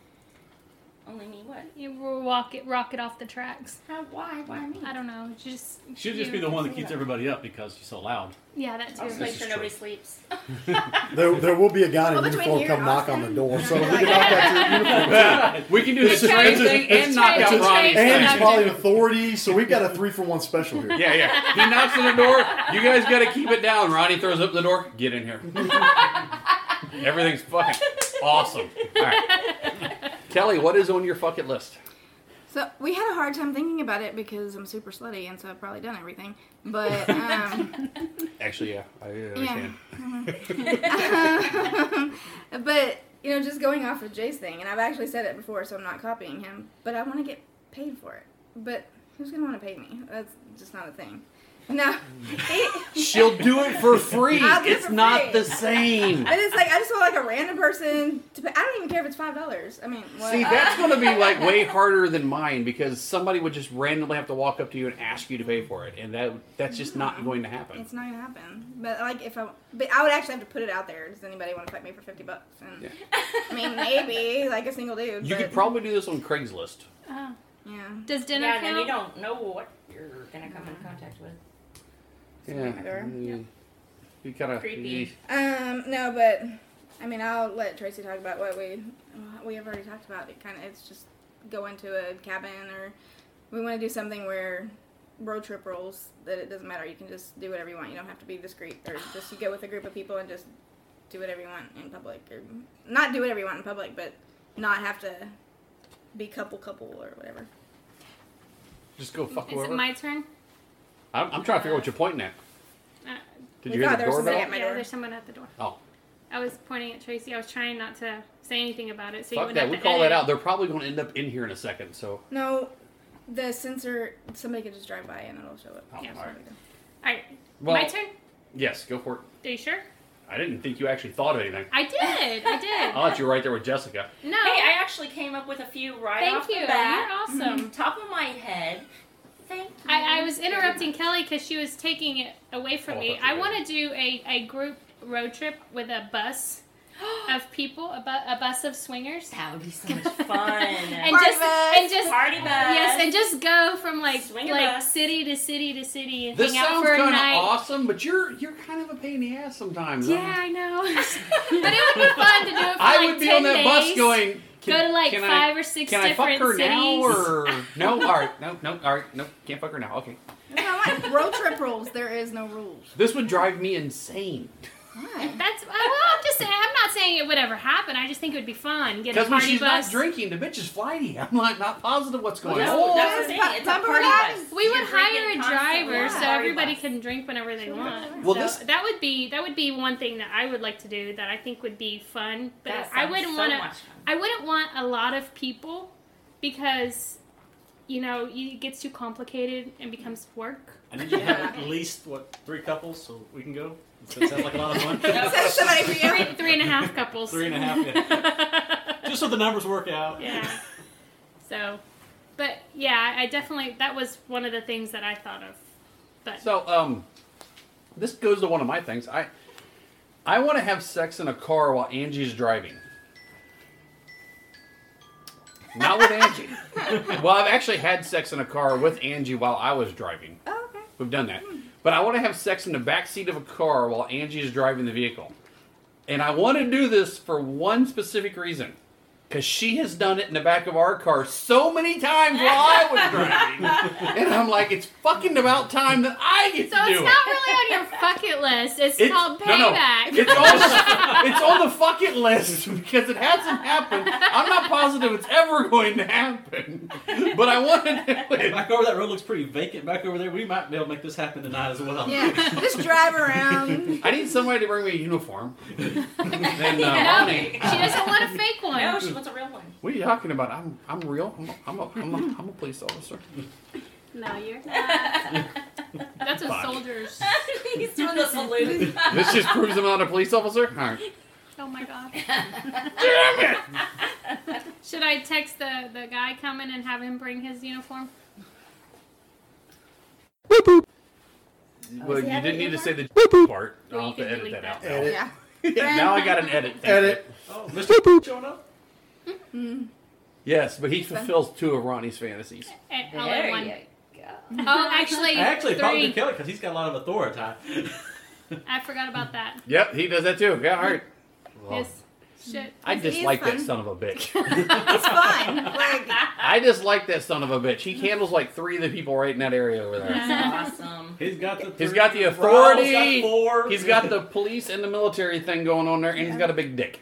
Only me. What?
You will walk it, rock it off the tracks.
How? Why? Why me?
I don't know. Just
She'll just be the one that keeps everybody up because she's so loud.
Yeah, that
I'll just
too.
make sure nobody sleeps.
There, there will be a guy in
Well,
a
between
uniform
here and
come knock on the
Austin.
door. So we
Yeah.
can knock out your uniform.
We can do the train
It's a-
thing
it's
and
a-
knock out
it's a- it's
Ronnie's
a-
thing.
And he's
Knock
probably
it.
an authority, so we've got a three for one special here.
Yeah, yeah. He knocks on the door. You guys got to keep it down. Ronnie throws up the door. Get in here. Everything's fucking awesome. All right. Kelly, what is on your fucking list?
So we had a hard time thinking about it because I'm super slutty, and so I've probably done everything. But um,
Actually, yeah, I
yeah,
understand.
but you know, just going off of Jay's thing, and I've actually said it before, so I'm not copying him. But I want to get paid for it. But who's gonna want to pay me? That's just not a thing. No, It-
She'll do it for free.
I'll do it
it's
for
not
free.
the same.
but it's like I just want like a random person to pay. I don't even care if it's five dollars. I mean, what?
See, that's going to be like way harder than mine because somebody would just randomly have to walk up to you and ask you to pay for it, and that that's just not going to happen.
It's not gonna happen. But like if I, but I would actually have to put it out there. Does anybody want to fight me for fifty bucks? And
Yeah.
I mean, maybe like a single dude.
You
but,
could probably do this on Craigslist.
Oh.
yeah.
Does dinner
Yeah, and then you
count?
don't know what you're gonna come in contact with.
Yeah,
Sure.
yeah. you kind of
Creepy.
Um, no, but I mean, I'll let Tracy talk about what we we have already talked about. It kind of it's just go into a cabin or we want to do something where road trip rules that it doesn't matter. You can just do whatever you want. You don't have to be discreet or just you go with a group of people and just do whatever you want in public or not do whatever you want in public, but not have to be couple couple or whatever.
Just go fuck
Is it
whoever.
my turn?
I'm, I'm trying to figure out what you're pointing at.
Uh,
Did
We
you hear
thought
the
there was something
doorbell?
at my
yeah,
door.
there's someone at the door.
Oh,
I was pointing at Tracy. I was trying not to say anything about it, so you
fuck
wouldn't
that.
have
We
to
call that
edit.
out. They're probably going to end up in here in a second. So
No, the sensor. Somebody could just drive by and it'll show up.
Oh,
Yeah.
alright.
All right,
Well-
my turn.
yes, go for it.
Are you sure?
I didn't think you actually thought of anything.
I did. I did.
I thought you were right there with Jessica.
No.
Hey, I actually came up with a few right
Thank
off
you.
the bat. Mm-hmm.
You're awesome.
Top of my head. Thank you.
I, I was interrupting Kelly because she was taking it away
Oh,
from
I
me.
thought you
I
were.
want to do a, a group road trip with a bus of people, a, bu- a bus of swingers.
That would be so much fun.
And
Party
just
bus.
and just
Party bus.
yes, and just go from like
Swinger
like
bus.
city to city to city and
This
hang out
sounds
for a
kind of
night.
awesome, but you're you're kind of a pain in the ass sometimes.
Yeah, I know. but it would be fun to do it for
I
like
would be
10
on that bus
days.
going.
go to like
can I,
five or six
Can I
different
fuck her
cities.
now or no? All right, no, no, all right, no, can't fuck her now. Okay,
That's what I want. road trip rules. There is no rules.
this would drive me insane.
Why?
That's well. I'm just saying. I'm not saying it would ever happen. I just think it would be fun. Get a
Because when
party
she's
bus.
not drinking, the bitch is flighty. I'm like not positive what's going
that's,
on.
that's the
Oh,
thing.
pa-
It's a
remember
party
that?
bus.
we
You're
would hire
drinking
a
constantly.
driver so
Party
everybody
bus.
can drink whenever they want.
Well,
so
this-
that would be that would be one thing that I would like to do that I think would be fun. But
That
I
sounds
wouldn't
so
want to.
much fun.
I wouldn't want a lot of people because you know it gets too complicated and becomes work.
I need you to have at least what three couples so we can go. So it sounds like a lot of fun.
Send somebody for you.
Three, three and a half couples.
Three and a half, Just so the numbers work out.
yeah. So, but yeah, I definitely that was one of the things that I thought of. But
So um, this goes to one of my things. I I want to have sex in a car while Angie's driving. Not with Angie. well, I've actually had sex in a car with Angie while I was driving.
Oh, okay.
We've done that. But I want to have sex in the back seat of a car while Angie is driving the vehicle. And I want to do this for one specific reason. Because she has done it in the back of our car so many times while I was driving. and I'm like, it's fucking about time that I get
so
to do
it's
it.
not really on your fuck it list. It's,
It's-
called
no, no.
payback.
It's on, the, it's on the fuck it list because it hasn't happened. I'm not positive it's ever going to happen. But I want to do it.
Back over that road looks pretty vacant. Back over there, we might be able to make this happen tonight as well.
Yeah, just drive around.
I need somebody to bring me a uniform. and, uh,
no,
money.
she doesn't want a fake one.
No, she wants a real one.
What are you talking about? I'm I'm real. I'm a, I'm a, I'm a, I'm a police officer.
No, you're not.
That's what
Fuck.
soldiers.
He's doing the salute.
This just proves I'm not a police officer. All right.
Oh my god.
Damn
Oh,
it!
Should I text the the guy coming and have him bring his uniform?
Well,
does he
you
have
didn't
an
need to say
uniform?
the part.
Well,
I'll
you
have to
can
edit
delete
that
that.
out. now.
Edit.
Yeah.
Yeah, now I got an edit. Thank
Edit.
you.
Oh, Mr. showing up?
Mm.
Yes, but he fulfills two of Ronnie's fantasies.
And all in
There
one.
you go.
Oh, actually,
I actually probably
three.
Kelly because he's got a lot of authority.
I forgot about that.
Yep, he does that too. Yeah, all right.
Yes. Shit.
I
He's- he's
dislike that
fun.
son of a bitch.
It's fine. Like,
I dislike that son of a bitch. He handles like three of the people right in that area over there.
That's awesome.
He's got the.
He's
three.
got the
Raoul's
authority.
Got four.
He's got the police and the military thing going on there, and he's got a big dick.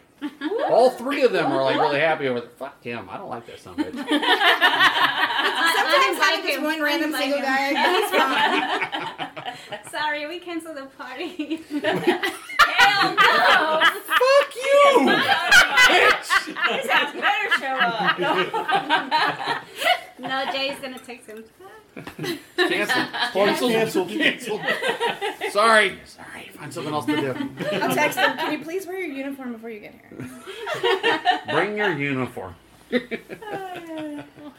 All three of them are like really happy over. The, Fuck him! I don't like that son of a bitch.
sometimes
I
having
like
this
him.
one random
like
single
him.
guy, he's fine.
Sorry, we canceled the party.
Hell no!
Fuck you!
Bitch! This house better show up.
no, Jay's gonna text him.
Cancel.
Party canceled.
Cancel. Sorry. Sorry. Find something else to do.
I'll text him. Can you please wear your uniform before you get here?
Bring your uniform.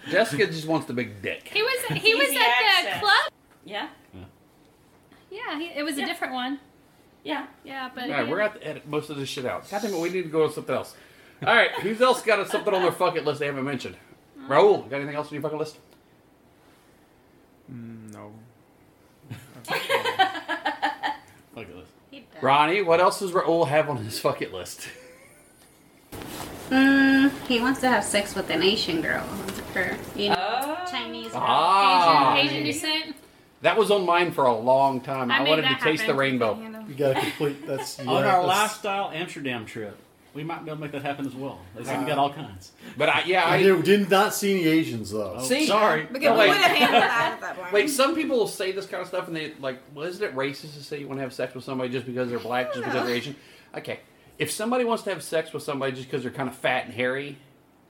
Jessica just wants the big dick.
He was he was
Easy
at the
access.
club.
yeah,
Yeah, he, it was a different one.
yeah.
Yeah, but
All right, we're gonna have to edit most of this shit out. God damn it, we need to go to something else. All right, who's else got something on their fuck it list they haven't mentioned? Raul, got anything else on your fucking list?
Mm, no.
Look at this.
He does.
Ronnie, what else does Raul have on his fuck it list?
Mm, he wants to have sex with an Asian girl. Or, you know,
Oh.
Chinese girl.
Ah,
Asian, Asian descent.
That was on mine for a long time.
I
I,
made
wanted to
that
taste the
happen.
rainbow.
Handle.
You gotta complete. That's yeah,
On our
that's-
lifestyle Amsterdam trip, we might be able to make that happen as well. They say we got all kinds.
But I, yeah,
I
I,
did, did not see any Asians though.
Oh,
see-
sorry.
Because
Like-
we would have handled that at that point.
like some people will say this kind of stuff, and they like, well, isn't it racist to say you want to have sex with somebody just because they're black, just because they're Asian? Okay, if somebody wants to have sex with somebody just because they're kind of fat and hairy,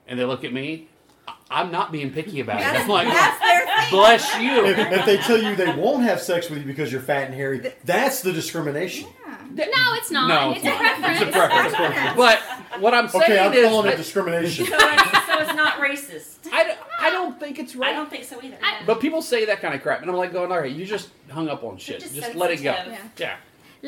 and they look at me, I- I'm not being picky about it.
That's-
I'm like,
that's their thing.
bless you.
If, if they tell you they won't have sex with you because you're fat and hairy, that's the discrimination.
No, it's not.
No,
it's a preference.
It's a preference. but what I'm saying
Okay, I'm
is,
calling it
that
discrimination.
So it's, so it's not racist.
I, don't- I don't think it's
I
right.
don't think so either.
I-
but people say that kind of crap, and I'm like, going, all right, you just hung up on shit.
just
Just, let it go.
sensitive.
Yeah.
Yeah.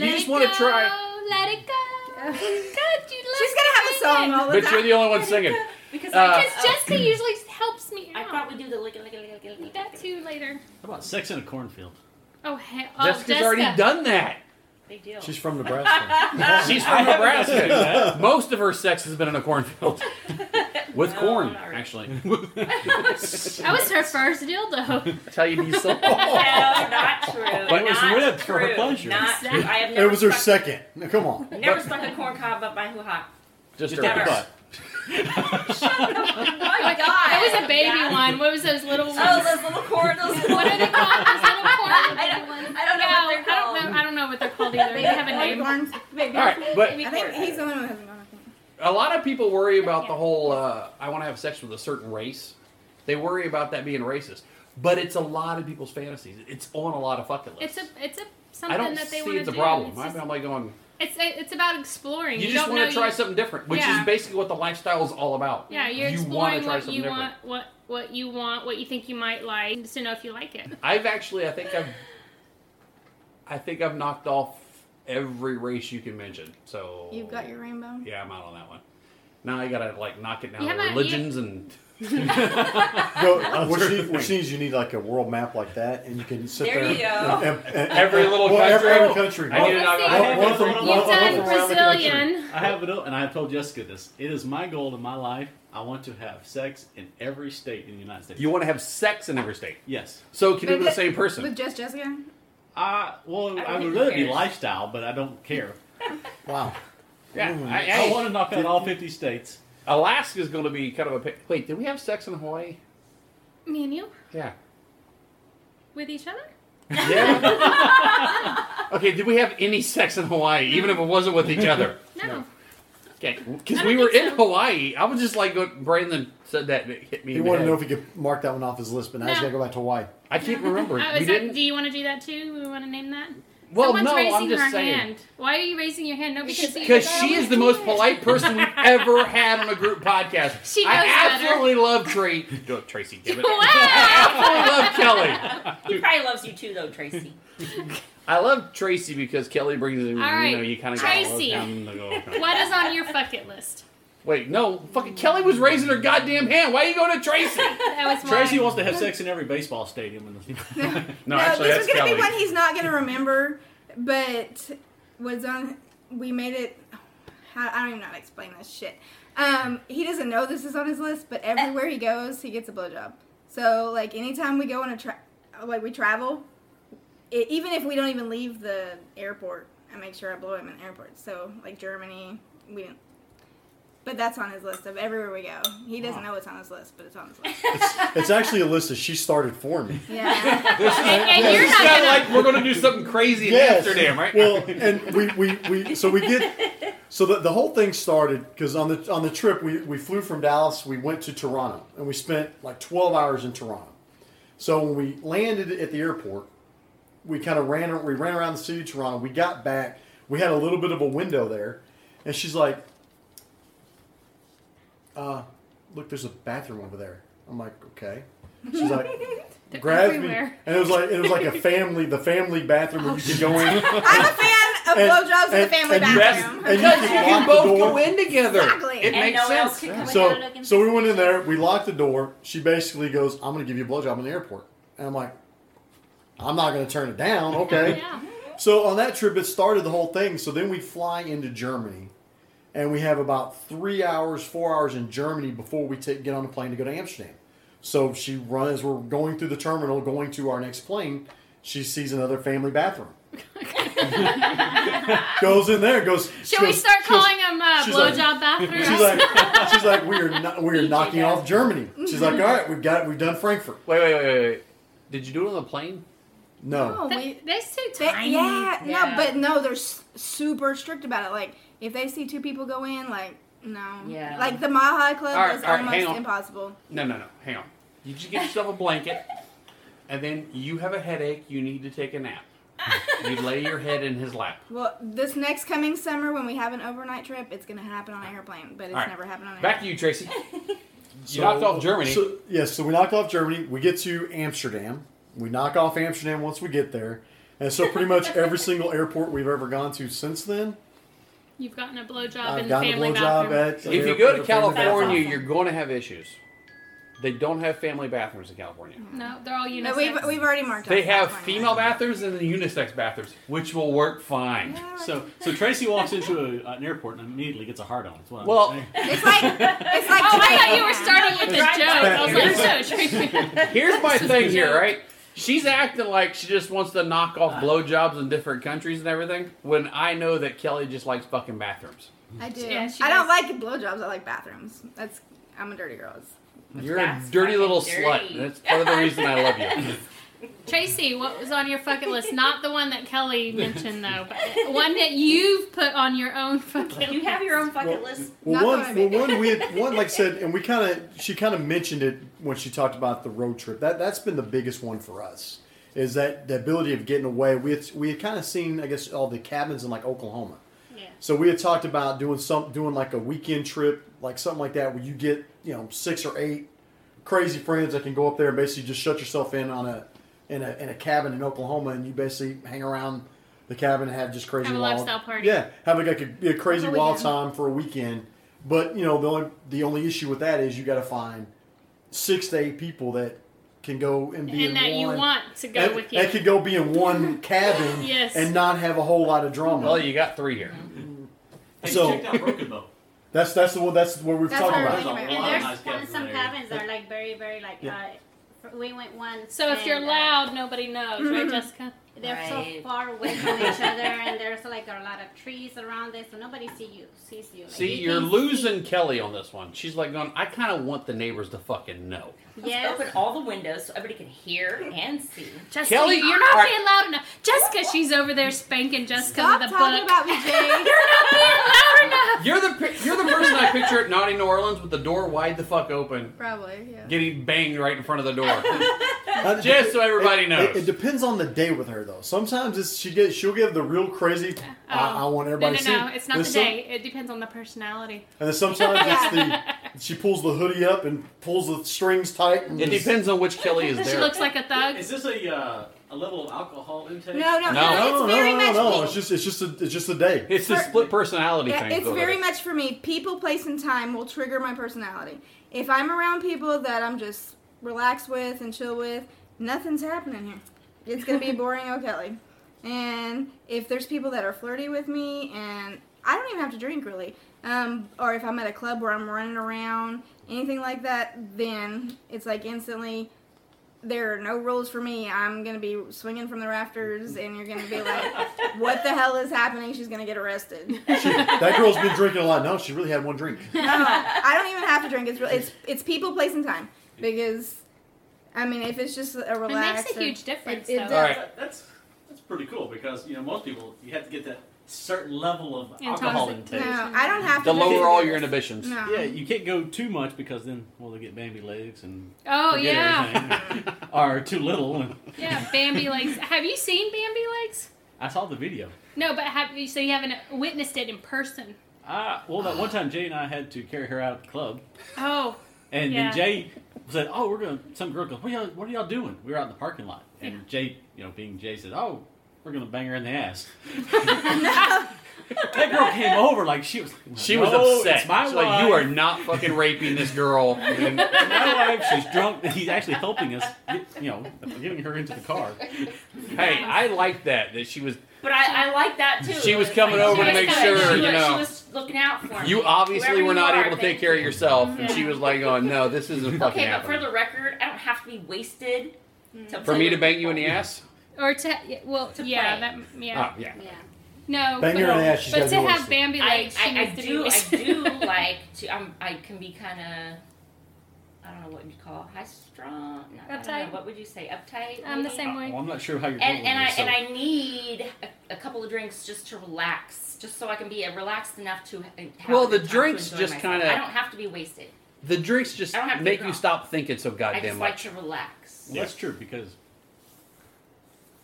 Let
you just
it
want to
go,
try,
Let it go. God, you let
She's gonna have a song all the
but you're
time.
the only one singing.
Because
Uh,
I
Because
just,
Jessica usually helps me
I
out.
thought we do the lick it, lick it, lick it, lick it.
that too later.
How about sex in a cornfield?
Oh hell! Oh,
Jessica's
Jessica.
already done that.
Big deal.
She's from Nebraska.
She's
I
from
haven't got to do
Nebraska.
that.
Most of her sex has been in a cornfield with
Oh,
No,
corn,
not really.
actually.
That was her first dildo.
That's how you do so.
no, not true.
But it was
not
ribbed for her
true.
pleasure.
Not true. I have
it
never
was her
stuck,
second. Now, come on.
never stuck a corn cob up my hoo ha.
Just
Just
her
a
Never.
butt.
Oh my god!
It was a baby
Yeah.
one. What was those little ones?
Oh, those little corn, those little.
what are they called? Those little corn
I
baby
don't-
ones.
I don't know
No,
what they're called.
I don't know. I don't know what they're called either. They have a name.
Unicorns.
All right, but
I think he's the only one who hasn't gone. I think.
a lot of people worry about the whole uh, I want to have sex with a certain race. They worry about that being racist, but it's a lot of people's fantasies. It's on a lot of fucking lists.
It's a it's a
I
something
don't
that they
see
want to
it's a
do.
problem.
It's,
I'm,
just,
I'm like going,
it's it's about exploring.
you, just
don't
want
know
to try
you-
something different, which
Yeah.
is basically what the lifestyle is all about.
Yeah, you're
you want to
exploring
try
what
something
you
different.
want, what what you want, what you think you might like, just to know if you like it.
I've actually, I think I've, I think I've knocked off every race you can mention. So
You've got your rainbow.
yeah, I'm out on that one. Now I gotta like knock it down
You
to
haven't-
religions and
Go, what, she, what she needs, you need like a world map like that, and you can sit
There you
and-
go.
and- and-
every little
well, every,
country.
every country.
I need to knock
Let's
off.
see.
One- one from-
You've
one-
You've done
one from around the country.
Brazilian.
I have it, and I've told Jessica this. It is my goal in my life. I want to have sex in every state in the United States.
You want to have sex in every state,
Yes.
so it can
But
be the
that-
same
With
person.
just Jessica.
I well,
I
I,
don't
would
think
rather
he
be
cares.
lifestyle, but I don't care.
Wow.
Yeah,
I,
I, I,
want to knock out all fifty states.
Alaska's going to be kind of a. pic- Wait, did we have sex in Hawaii?
Me and you
Yeah.
with each other.
Yeah. okay, did we have any sex in Hawaii, even if it wasn't with each other?
No. Oh,
Okay, because
I
we
don't
were
think
in
so.
Hawaii. I was just like, what Brandon said that and it hit me.
He
in the
wanted to know
head.
if he could mark that one off his list, but now he's
No.
got to go back to Hawaii.
I can't remember.
Oh,
we
is that,
didn't.
do you want to do that too? We want to name that.
well,
Someone's
no,
raising
I'm just
her
saying.
hand. Why are you raising your hand? No, because you-
Because she is the most polite person we've ever had on a group podcast.
She knows
I
better.
absolutely love Tra- oh, Tracy. Damn it.
Wow.
I absolutely love Kelly.
He probably loves you too, though, Tracy.
I love Tracy because Kelly brings in,
All
you
right,
know, you kind of
Tracy.
Go,
What is on your bucket list?
Wait, no, fucking Kelly was raising her goddamn hand. Why are you going to Tracy?
That was mine.
Tracy wants to have sex in every baseball stadium. In the,
No,
no,
actually,
this
that's
is gonna
Kelly.
be one he's not gonna remember, but was on. We made it. How, I don't even know how to explain this shit. Um, he doesn't know this is on his list, but everywhere he goes, he gets a blowjob. So like anytime we go on a tra- like we travel, it, even if we don't even leave the airport, I make sure I blow him in the airport. So like Germany, we didn't. But that's on his list of everywhere we go. He doesn't know it's on his list, but it's on his list.
It's actually a list that she started for me.
Yeah.
and, and you're
It's
not
not
gonna.
like we're going to do something crazy in
Yes.
Amsterdam, right?
Well, and we, we, we so we get so the, the whole thing started because on the on the trip we, we flew from Dallas, we went to Toronto, and we spent like twelve hours in Toronto. So when we landed at the airport, we kind of ran we ran around the city of Toronto. We got back, we had a little bit of a window there, and she's like, "Uh, look, there's a bathroom over there." I'm like, "Okay." She's like. Grabs me,
everywhere.
and it was like it was like a family, the family bathroom where you could go in.
Oh,
I'm a fan of
And-
blowjobs in the
and-
family
and you-
Yes,
bathroom.
and
because you
can
can
lock the
both
door.
go in together.
Exactly.
It
And
makes
no one else
sense.
can come without
So,
looking
so we
for
went in
something.
there. We locked the door. She basically goes, "I'm going to give you a blowjob in the airport," and I'm like, "I'm not going to turn it down." Okay.
Yeah.
so on that trip, it started the whole thing. So then we fly into Germany, and we have about three hours, four hours in Germany before we take, get on the plane to go to Amsterdam. So she runs. We're going through the terminal, going to our next plane, She sees another family bathroom. goes in there. Goes. she
Should we
goes-
start
she goes-
calling them uh,
she's like-
blowjob bathrooms?
She's like, she's like, we are not, we are knocking off Germany. She's
Mm-hmm.
like, all right, we've got, we've done Frankfurt.
Wait, wait, wait, wait, wait. Did you do it on the plane? Oh.
No,
No,
Th-
we,
that's too
Oh, they,
tiny.
yeah,
yeah.
no, but no, they're s- super strict about it. Like, if they see two people go in, like, no.
Yeah.
Like, the Maha Club
All right,
is
all right, hang on.
almost impossible.
No, no, no. Hang on. You just get yourself a blanket, and then you have a headache. You need to take a nap. You lay your head in his lap.
Well, this next coming summer, when we have an overnight trip, it's going to happen on an airplane, but it's
All right.
never happened on an
Back
airplane.
to you, Tracy. You knocked off Germany.
So, yes, so we knocked off Germany. We get to Amsterdam. We knock off Amsterdam once we get there, and so pretty much every single airport we've ever gone to since then,
You've gotten a blowjob
I've
in the
gotten a
family
blowjob
bathroom.
at. the
if you
airport
go to
or family
California,
bathroom.
you're going to have issues. They don't have family bathrooms in California.
No, they're all
But
unisex.
we've, we've already marked
They
off
have
California.
female bathrooms and unisex bathrooms, which will work fine.
Yeah, like-
So, so Tracy walks into a, an airport and immediately gets a hard on. That's what I'm
Well-
saying.
It's like, it's like,
Oh, I thought you were starting with the
Right.
joke. I was like, no, Tracy.
Here's my thing here,
joke.
right? She's acting like she just wants to knock off blowjobs in different countries and everything, when I know that Kelly just likes fucking bathrooms.
I do.
Yeah, she
I
does.
don't like blowjobs. I like bathrooms. That's I'm a dirty girl. It's-
You're a
That's
dirty little
fucking
slut.
dirty.
That's part of the reason I love you.
Tracy, what was on your fucking list? Not the one that Kelly mentioned though, but one that you've put on your own fucking.
You have your own bucket
Well-
list.
Well,
Not
one,
that I
well, one, we had, one, like I said, and we kind of, she kind of mentioned it when she talked about the road trip. That that's been the biggest one for us is that the ability of getting away. We had, we had kind of seen, I guess, all the cabins in like Oklahoma.
Yeah.
So we had talked about doing some, doing like a weekend trip, like something like that, where you get, you know, six or eight crazy friends that can go up there and basically just shut yourself in on a, in a, in a cabin in Oklahoma, and you basically hang around the cabin and have just crazy
Have a
wild-
lifestyle party.
Yeah, have like a, be a crazy
Have a
wild
weekend.
time for a weekend. But you know the only the only issue with that is you got to find six to eight people that can go and be in
and that you
one.
want to go
that,
with you.
that could go be in one cabin
Yes.
and not have a whole lot of drama.
Well, you got three here.
Hey,
So-
check out Broken Bow.
that's that's the one that's what we're
That's
talking
our
There's a
about.
really-
lot
And
of
there's
nice
one,
cabins in
some
that area.
cabins that are like very, very like.
Yeah.
Uh, we went once.
so if you're
and, uh,
loud, nobody knows, right, Jessica?
they're so
Right.
far away from each other, and there's like a lot of trees around it, so nobody see you sees you. Like,
See,
you
you're
can
losing Kelly on this one. She's like going, I kind of want the neighbors to fucking know.
See.
Yes.
Yes.
Open all the windows so everybody can hear and see.
Jessica,
Kelly,
you're not
all right.
being loud enough. Jessica, she's over there spanking Jessica
Stop
with a
talking
book.
about me, Jay.
loud enough.
You're the pi- you're the person I picture at Naughty New Orleans with the door wide the fuck open,
Probably. Yeah.
getting banged right in front of the door.
Uh,
Just so everybody
it,
knows.
It, it depends on the day with her though. Sometimes it's, she gets she'll give the real crazy. I, I want
Oh. No,
everybody
no,
to see.
no. It's not
There's
the
some-
day. It depends on the personality.
And then sometimes it's the she pulls the hoodie up and pulls the strings tight. And
it
just-
depends on which Kelly is there.
She looks like a thug.
Is this a uh, a level of alcohol intake?
No, no,
No.
no,
No,
It's
no,
very
no, no,
much.
no.
me.
It's just it's just a it's just a day.
It's the
Her-
split personality
yeah,
thing.
it's
over
very
there.
much for me. People, place, and time will trigger my personality. If I'm around people that I'm just relaxed with and chill with, nothing's happening here. It's gonna be boring, O'Kelly. And if there's people that are flirty with me, and I don't even have to drink really, um, or if I'm at a club where I'm running around, anything like that, then it's like instantly. There are no rules for me. I'm gonna be swinging from the rafters, and you're gonna be like, "What the hell is happening?" She's gonna get arrested.
She- that girl's been drinking a lot. No, she really had one drink.
No, I don't even have to drink. It's really, it's it's people, place, and time because, I mean, if it's just a
it makes
relaxed.
a huge difference,
It- it
though.
does.
All right.
That, that's that's pretty cool because you know most people you have to get that certain level of alcohol
Intoxic-
intake.
no, I don't have
The
to.
lower all your
inhibitions.
inhibitions.
No.
Yeah, you can't go too much because then well they get Bambi legs and
Oh
forget
yeah,
everything. or too little. And
yeah. Bambi legs. Have you seen Bambi legs?
I saw the video.
No, but have you? So you haven't witnessed it in person.
I, well, that one time Jay and I had to carry her out of the club,
Oh,
and
Yeah.
then Jay said, "Oh, we're gonna." Some girl goes, "What are y'all, what are y'all doing?" We were out in the parking lot, and
Yeah.
Jay, you know, being Jay, said, "Oh, we're gonna bang her in the ass." that girl came over like she was.
She was
"No,
upset.
It's my
She's
wife.
like, you are not fucking raping this girl. And
my wife. She's drunk. He's actually helping us. Get, you know, getting her into the car.
hey, I like that that she was.
But I, I like that too.
She was
It's
coming over
she
to
was
make
good.
sure,
she
you
was,
know.
She was looking out for me.
You obviously
Whoever
were
you
not
are,
able to take
thank
care of
you.
yourself, and she was like, "Oh no, this isn't fucking
Okay, but for
happening."
the record, I don't have to be wasted.
For
To
Mm.
play
me to
with
bang you in the
people.
ass?
Or to yeah, well,
To
yeah,
play.
that yeah,
Oh, yeah.
Yeah.
no.
Bang
but,
her in the ass, she's
but
gotta
to
be
have
realistic.
Bambi
I,
like she
I, I
needs to
do
be
I do like to I'm, I can be kind of I don't know what you'd call it, high strung. No, I don't know,
Uptight?
what would you say? Uptight.
I'm the
maybe?
same way.
Well, "Oh, I'm not sure how you're
And
doing
and I
this, so-
and I need a, a couple of drinks just to relax, just so I can be uh, relaxed enough to. ha- Have
Well,
a good
the
time to
drinks
enjoy
just
myself.
kinda-
I don't have to be wasted.
The drinks just
I don't have to
make
be
you
drunk.
stop thinking so
I
goddamn
just
much.
like to relax.
Well, that's true because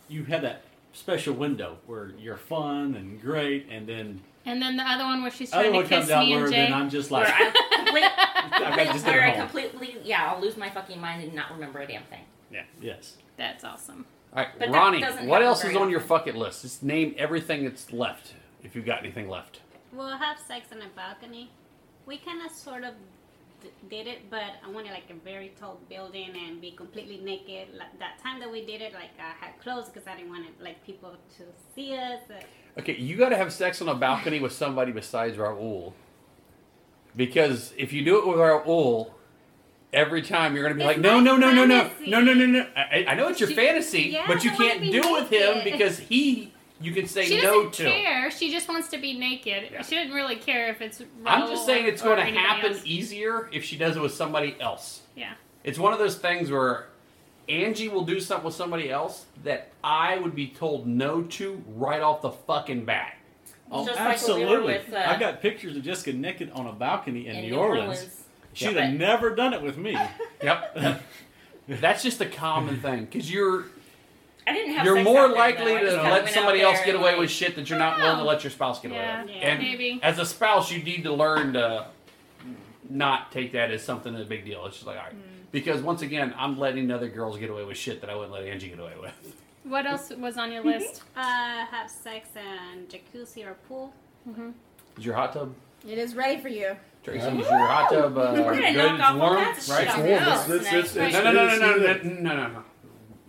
you had that special window where you're fun and great, and then
And then the other one where she's
other
trying
one
to kiss
comes out
me
where
and
then
Jay.
I'm just
Where
like,
I complete-
I've got this
where
at
I
home.
completely yeah, I'll lose my fucking mind and not remember a damn thing.
Yes,
That's awesome.
All right,
But that
Ronnie,
doesn't
what
happen
else is
very
on your
often.
bucket list? Just name everything that's left, if you've got anything left.
We'll have sex on a balcony. We kind of sort of d- did it, but I wanted like a very tall building and be completely naked. Like, that time that we did it, like I had clothes because I didn't want it, like people to see us.
Okay, you got to have sex on a balcony with somebody besides Raul. Because if you do it with Raul, every time you're going to be
It's
like, no,
my
no, no, no, no,
fantasy.
no, no, no, no. I, I know it's your
She-
fantasy,
Yeah,
but you
I wanna
can't
be
do it with him
naked.
because he, you can say
She
no
doesn't
to.
care. She just wants to be naked.
Yeah.
She doesn't really care if it's.
I'm
Raoul
just saying it's
or
going to
anybody
happen
else.
easier if she does it with somebody else.
Yeah.
It's one of those things where Angie will do something with somebody else that I would be told no to right off the fucking bat.
oh,
just like when we
absolutely.
were with, uh,
I've got pictures of Jessica naked on a balcony in,
In
New Orleans. She'd
Yeah.
have never done it with me.
Yep. That's just a common thing because you're
I didn't have.
you're
sex
more
out there,
likely
though. I
to
just kinda
let
went
somebody
out
else
there
get
and,
away
like,
with shit that you're not willing to let your spouse get away
Yeah.
with.
Yeah.
And
Maybe.
as a spouse, you need to learn to not take that as something that's a big deal. It's just like all right,
Mm.
because once again, I'm letting other girls get away with shit that I wouldn't let Angie get away with.
What else was on your list?
Uh, have sex in jacuzzi or pool.
Is your hot tub,
It is ready for you.
Tracy? Is your hot tub uh,
We're gonna
good?
knock
It's
off all
warm,
kinds of
right?
shit
It's
off
warm.
the
It's,
house
it's, it's,
tonight.
it's,
No, no, no, no,
it's
no, no,
heated.
no, no, no.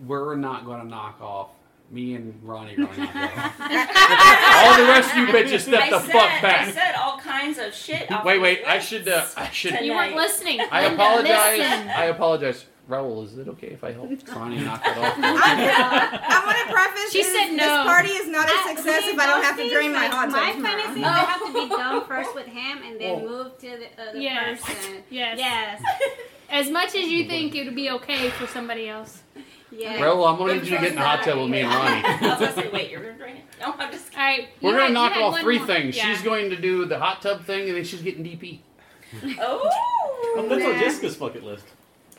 We're not going to knock off. Me and Ronnie are going to knock off. All the rest of you bitches
I
step the
said,
fuck
I
back.
said all kinds of shit. off
Wait,
the
wait. I
list.
should. Uh, I should.
Tonight.
You weren't listening.
I
Linda,
apologize.
listen.
I apologize. Raul, is it okay if I help Ronnie knock it off?
I want to preface.
She
this,
said no.
This party is not
I-
a success
we
if I don't have to
both
drain my
think,
hot
like,
tub.
My
tomorrow.
fantasy is I have to
"Oh."
be done first with him and then
Whoa.
move to the other
Yes.
person.
Yes.
Yes.
As much as you think it would be okay for somebody else.
Yes.
Raul, I'm going to need you to get in the hot tub with me and Ronnie.
I was gonna say, wait, you're gonna drain it? No, I'm just.
All right.
We're
you
going
had-
to
you
knock
had
off
one
three
more.
things.
Yeah.
She's going to do the hot tub thing, and then she's getting DP.
But
Oh.
that's on
Nah.
Jessica's bucket list.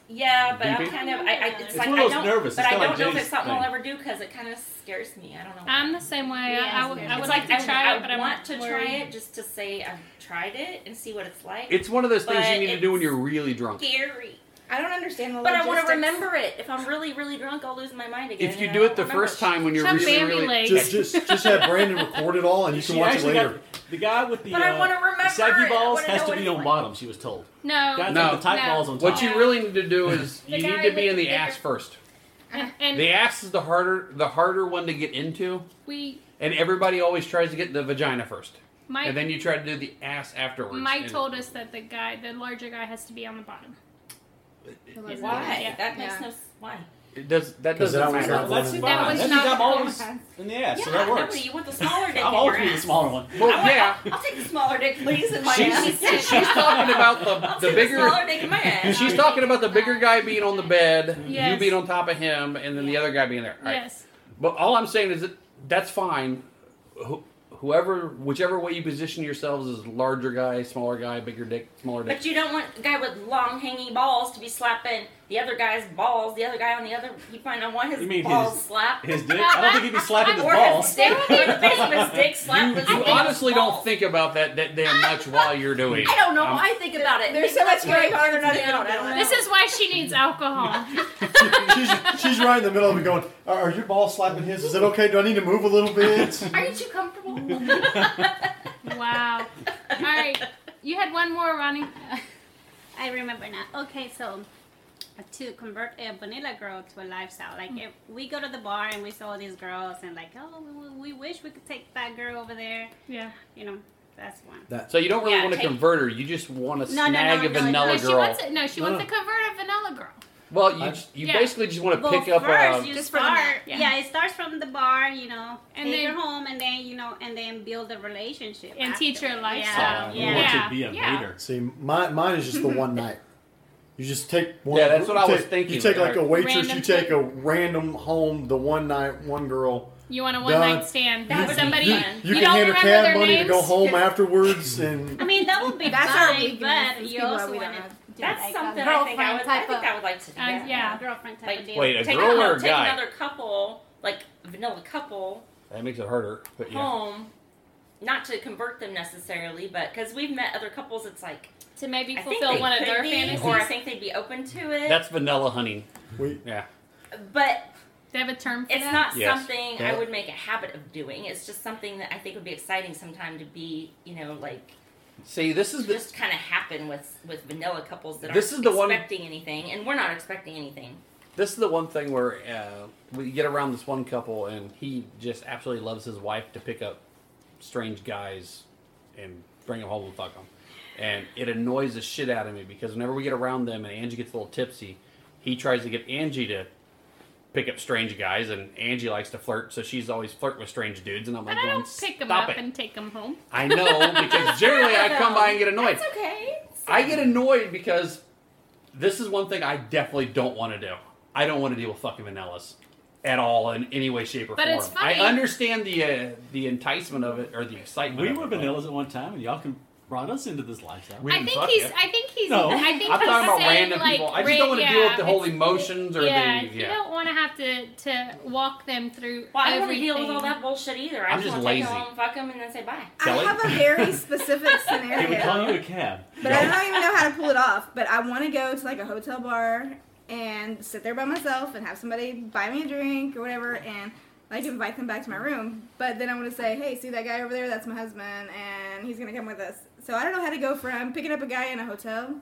Yeah, but I'm
Maybe.
kind of. I, I, it's,
It's
like
one of those
I don't,
nervous,
but
it's
I
kinda
don't
like
know if
Jay's
it's something
thing.
I'll ever do because it kind of scares me. I don't know.
I'm the same way. I, I would, I would
it's
like
like
to try
I,
it, but
I
I'm
want to
worried.
try it just to say I've tried it and see what it's like.
It's one of those things you
But
need to do when
it's-
you're really drunk.
scary,
I don't understand the
but I want
logistics.
to remember it. If I'm really, really drunk, I'll lose my mind again.
If you
and I
do it
won't
the
remember
first time when you're
Some
really,
Bambi
really
legs.
Just, just, just have Brandon record it all, and you can
She
watch it
actually
later.
got- the guy with the,
But I want to
uh,
remember.
saggy
it.
balls
I wanna
has
know
to
what
be
it's
on
like.
bottom. She was told. Guys,
No.
No.
the tight
No.
balls on top.
What you really need to do is
The
you
guy
need to be
with
in the
the
ass
bigger-
first.
And, and
The ass is the harder the harder one to get into,
we,
and everybody always tries to get the vagina first,
Mike,
and then you try to do the ass afterwards.
Mike
and-
told us that the guy, the larger guy, has to be on the bottom.
Why?
Yeah.
That makes
Yeah.
no. s- Why?
it does that
'Cause
doesn't
that was
matter.
not-
That's it.
That was
That's
not-
because I'm always in the ass, so that
no,
works.
but You want the smaller dick. in
I'm always
your
gonna be the
ass.
smaller one.
Well,
I want-
yeah,
I'll take the smaller dick, please, in my
she's,
ass.
she's talking
I'll
about the, the
take
bigger.
smaller dick in my ass.
She's talking about the bigger guy being on the bed, you
Yes.
being on top of him, and then the other guy being there. All right.
Yes.
But all I'm saying is that that's fine. Wh- Whoever, whichever way you position yourselves is larger guy, smaller guy, bigger dick, smaller dick.
But you don't want a guy with long hanging balls to be slapping the other guy's balls. The other guy on the other, he might not want his
You mean
balls
his-
slapped.
His dick. I don't think he'd be slapping his
or
balls.
his dick, or the base of his dick slapped with
You
his
honestly
balls.
don't think about that that damn much while you're doing. it.
I don't know.
Um,
I think about it.
There's so much going on. They're not
Yeah,
even
I don't
on.
know.
This is why she needs alcohol.
she's, she's right in the middle of it going, are, are your balls slapping his? Is it okay? Do I need to move a little bit?
Are you too comfortable?
wow. All right. You had one more, Ronnie.
I remember now. Okay, so to convert a vanilla girl to a lifestyle, like
Mm.
if we go to the bar and we saw these girls and like, oh, we, we wish we could take that girl over there.
Yeah.
You know, that's one.
So you don't really
Yeah,
want to
take-
convert her. You just want to
No, no, no,
snag a
no, no,
vanilla
No,
Another
she
girl.
wants it. No, she
No,
wants
no.
to convert a vanilla girl.
Well, you
I-
j- you
Yeah.
basically just want to
Well,
pick up.
first
Um,
you
Just for the
start.
mat, yeah.
Yeah. it starts from the bar, you know,
And
and then
then-
your home, and then you know, and then build a relationship
And teach your
afterward.
lifestyle.
Yeah,
You
yeah.
want
Yeah.
to be a
Yeah.
waiter.
See, mine, mine is just the one night. You just take one.
Yeah, that's what I
take-
was thinking,
You take like a
like,
waitress,
random
you take
chick.
a random home, the one night, one girl.
You want a one night
Done.
stand?
That would be
somebody
You,
Yeah.
you
You
can
don't
hand her
remember
cab
their
money to go
names?
home afterwards, and
I mean, that would be
That's our
fine,
weakness,
but
is
you
people that
also
we don't
want to.
have.
That's
like a
something I think I
girlfriend
would. I
type
think
of-
I would like to do.
Uh,
that.
yeah.
girlfriend type
Like,
of deal.
Wait, a
take
girl
no,
or a
take
guy?
another couple, like vanilla couple,
that makes it harder. But yeah.
home. Not to convert them necessarily, but because we've met other couples, it's like
to maybe
I think
fulfill
they
one of
could
their
be,
fantasies.
or I think they'd be open to it.
That's vanilla hunting.
we
Yeah.
but
They have a term for
it's
that.
not
Yes.
something
That-
I would make a habit of doing. It's just something that I think would be exciting sometime to be, you know, like
See, this is the
just kind of happen with with vanilla couples that
This
aren't
is the one-
expecting anything, and we're not expecting anything.
this is the one thing where uh, we get around this one couple, and he just absolutely loves his wife to pick up strange guys and bring them home and fuck them. And it annoys the shit out of me because whenever we get around them and Angie gets a little tipsy, he tries to get Angie to pick up strange guys, and Angie likes to flirt, so she's always flirting with strange dudes. And I'm like,
But I
going,
don't pick them
stop
up
it.
and take them home.
I know because generally I come by and get annoyed.
It's okay.
I get annoyed because this is one thing I definitely don't want to do. I don't want to deal with fucking vanillas at all in any way, shape, or
But
form.
it's funny.
I understand the uh, the enticement of it or the excitement.
We
of
were
it, but-
vanillas at one time, and y'all can brought us into this lifestyle.
We
I
didn't
think
fuck
he's.
yet.
I think he's.
No.
I think
I'm
he's
talking about
saying,
random
like,
people. I just
ra-
don't want to
yeah,
deal with the whole
it's-
emotions or
Yeah,
the
you
yeah.
don't want to have to to walk them through.
Well, I
everything.
don't want to deal with all that bullshit either. I
I'm
just,
just
want to take
lazy.
them home, fuck them, and then say bye.
Kelly?
I have a very specific
They would
scenario,
call you a cab.
but I don't even know how to pull it off. But I want to go to like a hotel bar and sit there by myself and have somebody buy me a drink or whatever, and like invite them back to my room. But then I want to say, hey, see that guy over there? That's my husband, and he's gonna come with us. So I don't know how to go from picking up a guy in a hotel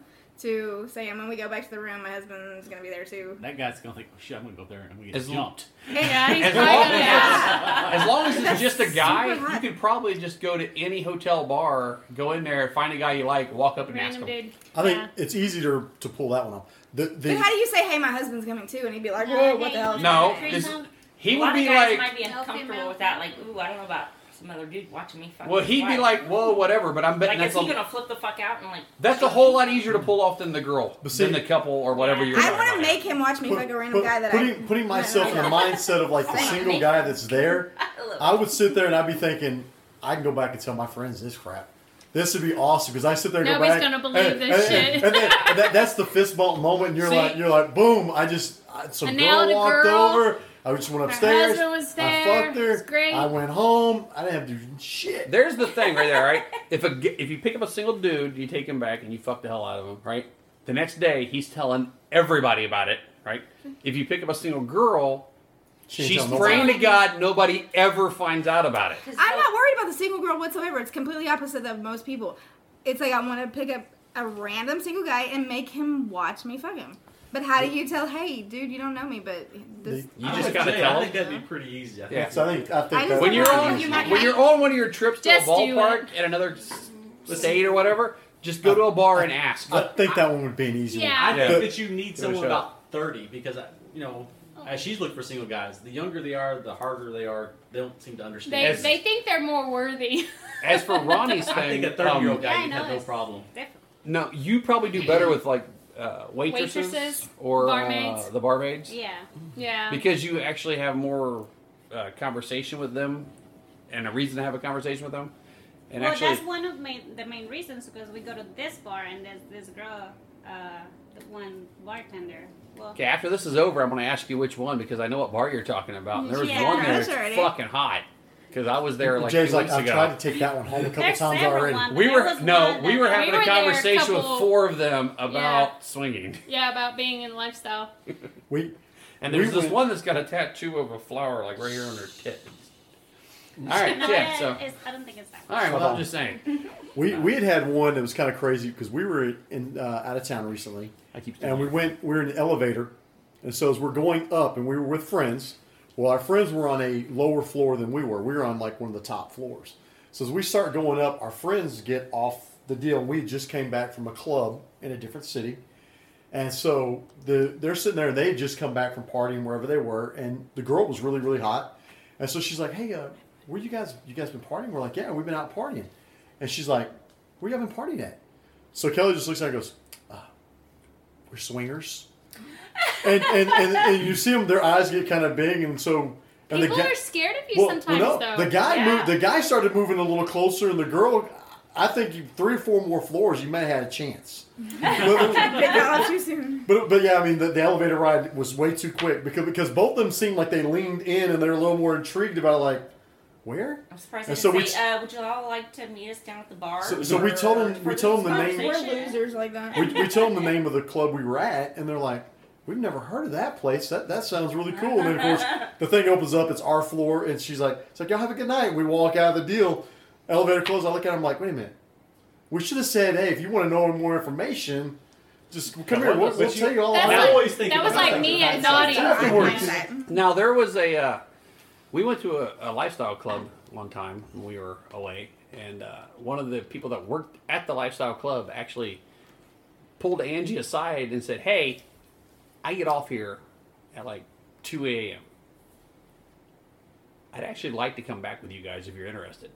to saying when we go back to the room, my husband's gonna be there too.
That guy's gonna think, oh shit, I'm gonna go up there and I'm gonna get
As l-
jumped.
Yeah, he's
As
probably
long
gonna-
as,
yeah.
as long as it's just a guy,
super
you
hot.
could probably just go to any hotel bar, go in there, find a guy you like, walk up and ask
Random
him.
dude.
I think
Yeah.
it's easier to pull that one off. The,
But
the,
how do you say, hey, my husband's coming too? And he'd be like,
Uh,
whoa, what
hey,
the hell? is
No,
that?"
Treat
this,
them-
he
a
would
lot
be
of guys
like,
might be
Healthy
uncomfortable
mouth.
with that. Like, ooh, I don't know about some other dude watching me fuck.
well,
his
he'd be
wife."
like, whoa, whatever. But I'm
like,
betting
is
that's
he
a
gonna flip the fuck out and like?
That's a whole lot easier to pull off than the girl,
But see-
than the couple or whatever you're.
I
talking
want to
about.
make him watch me
put-
fuck a random
put-
guy that
putting, putting myself in the mindset of like the
Same.
single guy that's there.
I
I would sit there and I'd be thinking, I can go back and tell my friends this crap. This would be awesome because I sit there and
Nobody's
go back.
gonna believe
and,
this
and-
shit.
and then- and that, that's the fist bump moment. And you're
See?
like, you're like, boom! I just I, some
I
girl
nailed a
walked
girl.
over. I just went
Her
upstairs.
husband was
I
there.
fucked her.
It's great.
I went home. I didn't have to do shit.
There's the thing right there, right? If a g- if you pick up a single dude, you take him back and you fuck the hell out of him, right? The next day, he's telling everybody about it, right? If you pick up a single girl,
ain't
she's
telling nobody.
praying to God nobody ever finds out about it.
I'm not worried about the single girl whatsoever. It's completely opposite of most people. It's like I want to pick up a random single guy and make him watch me fuck him. But how do you tell, hey, dude, you don't know me, but this.
You
I
just
would
gotta
say,
tell
I think
him.
that'd be pretty easy. I
Yeah.
think.
So I think I think
I just
that-
When you're on
You might
when you're on one of your trips to a
Just do it.
ballpark at another s- state or whatever, just go to a bar and ask.
I think that one would be an easy one.
Yeah.
I
Yeah.
think that you need
a
someone
shot.
about 30 because, I, you know, as she's looked for single guys, the younger they are, the harder they are. They don't seem to
They,
understand.
As-
they think they're more worthy.
As for Ronnie's thing,
I think a 30 year
um,
old guy
Yeah, I
you'd
know,
have no
it's-
problem.
Different.
No, you probably do better with like uh, waitresses,
Waitresses,
or
barmaids.
Uh, the barmaids
Yeah.
Yeah.
because you actually have more uh, conversation with them and a reason to have a conversation with them. And
well,
actually,
that's one of my, the main reasons because we go to this bar and there's this girl, uh, the one bartender. Well,
okay, after this is over, I'm going to ask you which one because I know what bar you're talking about. And there was
Yeah.
one there that's
That's already-
fucking hot because I was there like
Jay's
two
like,
weeks
I've
ago.
tried to take that one home a couple
There's
times
several
already.
ones.
we
There
were
was
no,
one
we
that-
were
We
having
were
a
there a
conversation
couple-
with four of them about
Yeah.
swinging,
yeah, about being in lifestyle.
We
and
We
there's this
went-
one that's got a tattoo of a flower like right here on her tit. All right,
No,
yeah,
it-
so.
it's, I don't think it's that.
All right, well, I'm just saying.
we we had had one that was kind of crazy because we were in uh, out of town recently,
I keep
and we went we were in an elevator, and so as we're going up, and we were with friends. Well, our friends were on a lower floor than we were. We were on like one of the top floors. So as we start going up, our friends get off the deal. We just came back from a club in a different city, And so the they're sitting there. They had just come back from partying wherever they were, and the girl was really really hot. And so she's like, "Hey, uh, where you guys? You guys been partying?" We're like, "Yeah, we've been out partying." And she's like, "Where you all been partying at?" So Kelly just looks at her and goes, uh, "We're swingers." and, and, and and you see them, their eyes get kind of big, and so and
People
the guy,
are scared of you
well,
sometimes,
well, no,
though.
the guy
Yeah.
moved. The guy started moving a little closer, and the girl. I think you, three or four more floors, you may have had a chance. but,
They got off too soon.
but, but yeah, I mean, the, the elevator ride was way too quick because because both of them seemed like they leaned in and they were a little more intrigued about like where.
I'm surprised.
And
And
so
so
we
say, uh, would you all like to meet us down at the bar?
So- so we told 'em- we
for
told 'em
this
the name-
We're
conversation?"
losers like that.
We, we told them the name of the club we were at, and they're like, "We've never heard of that place. That that sounds really cool." And then of course, the thing opens up. It's our floor, and she's like, "It's like y'all have a good night." We walk out of the deal. Elevator closes. I look at him like, "Wait a minute. We should have said, hey, if you want to know more information, just come here. We'll,
But
we'll
you-
tell you all
That's
I
about
like-
it."
always think
that was
about
like
that
me
in
at
hindsight.
Naughty.
Afterwards.
Now there was a. Uh, we went to a, a lifestyle club one time when we were away, and uh, one of the people that worked at the lifestyle club actually pulled Angie aside and said, "Hey, I get off here at like 2 a.m. I'd actually like to come back with you guys if you're interested."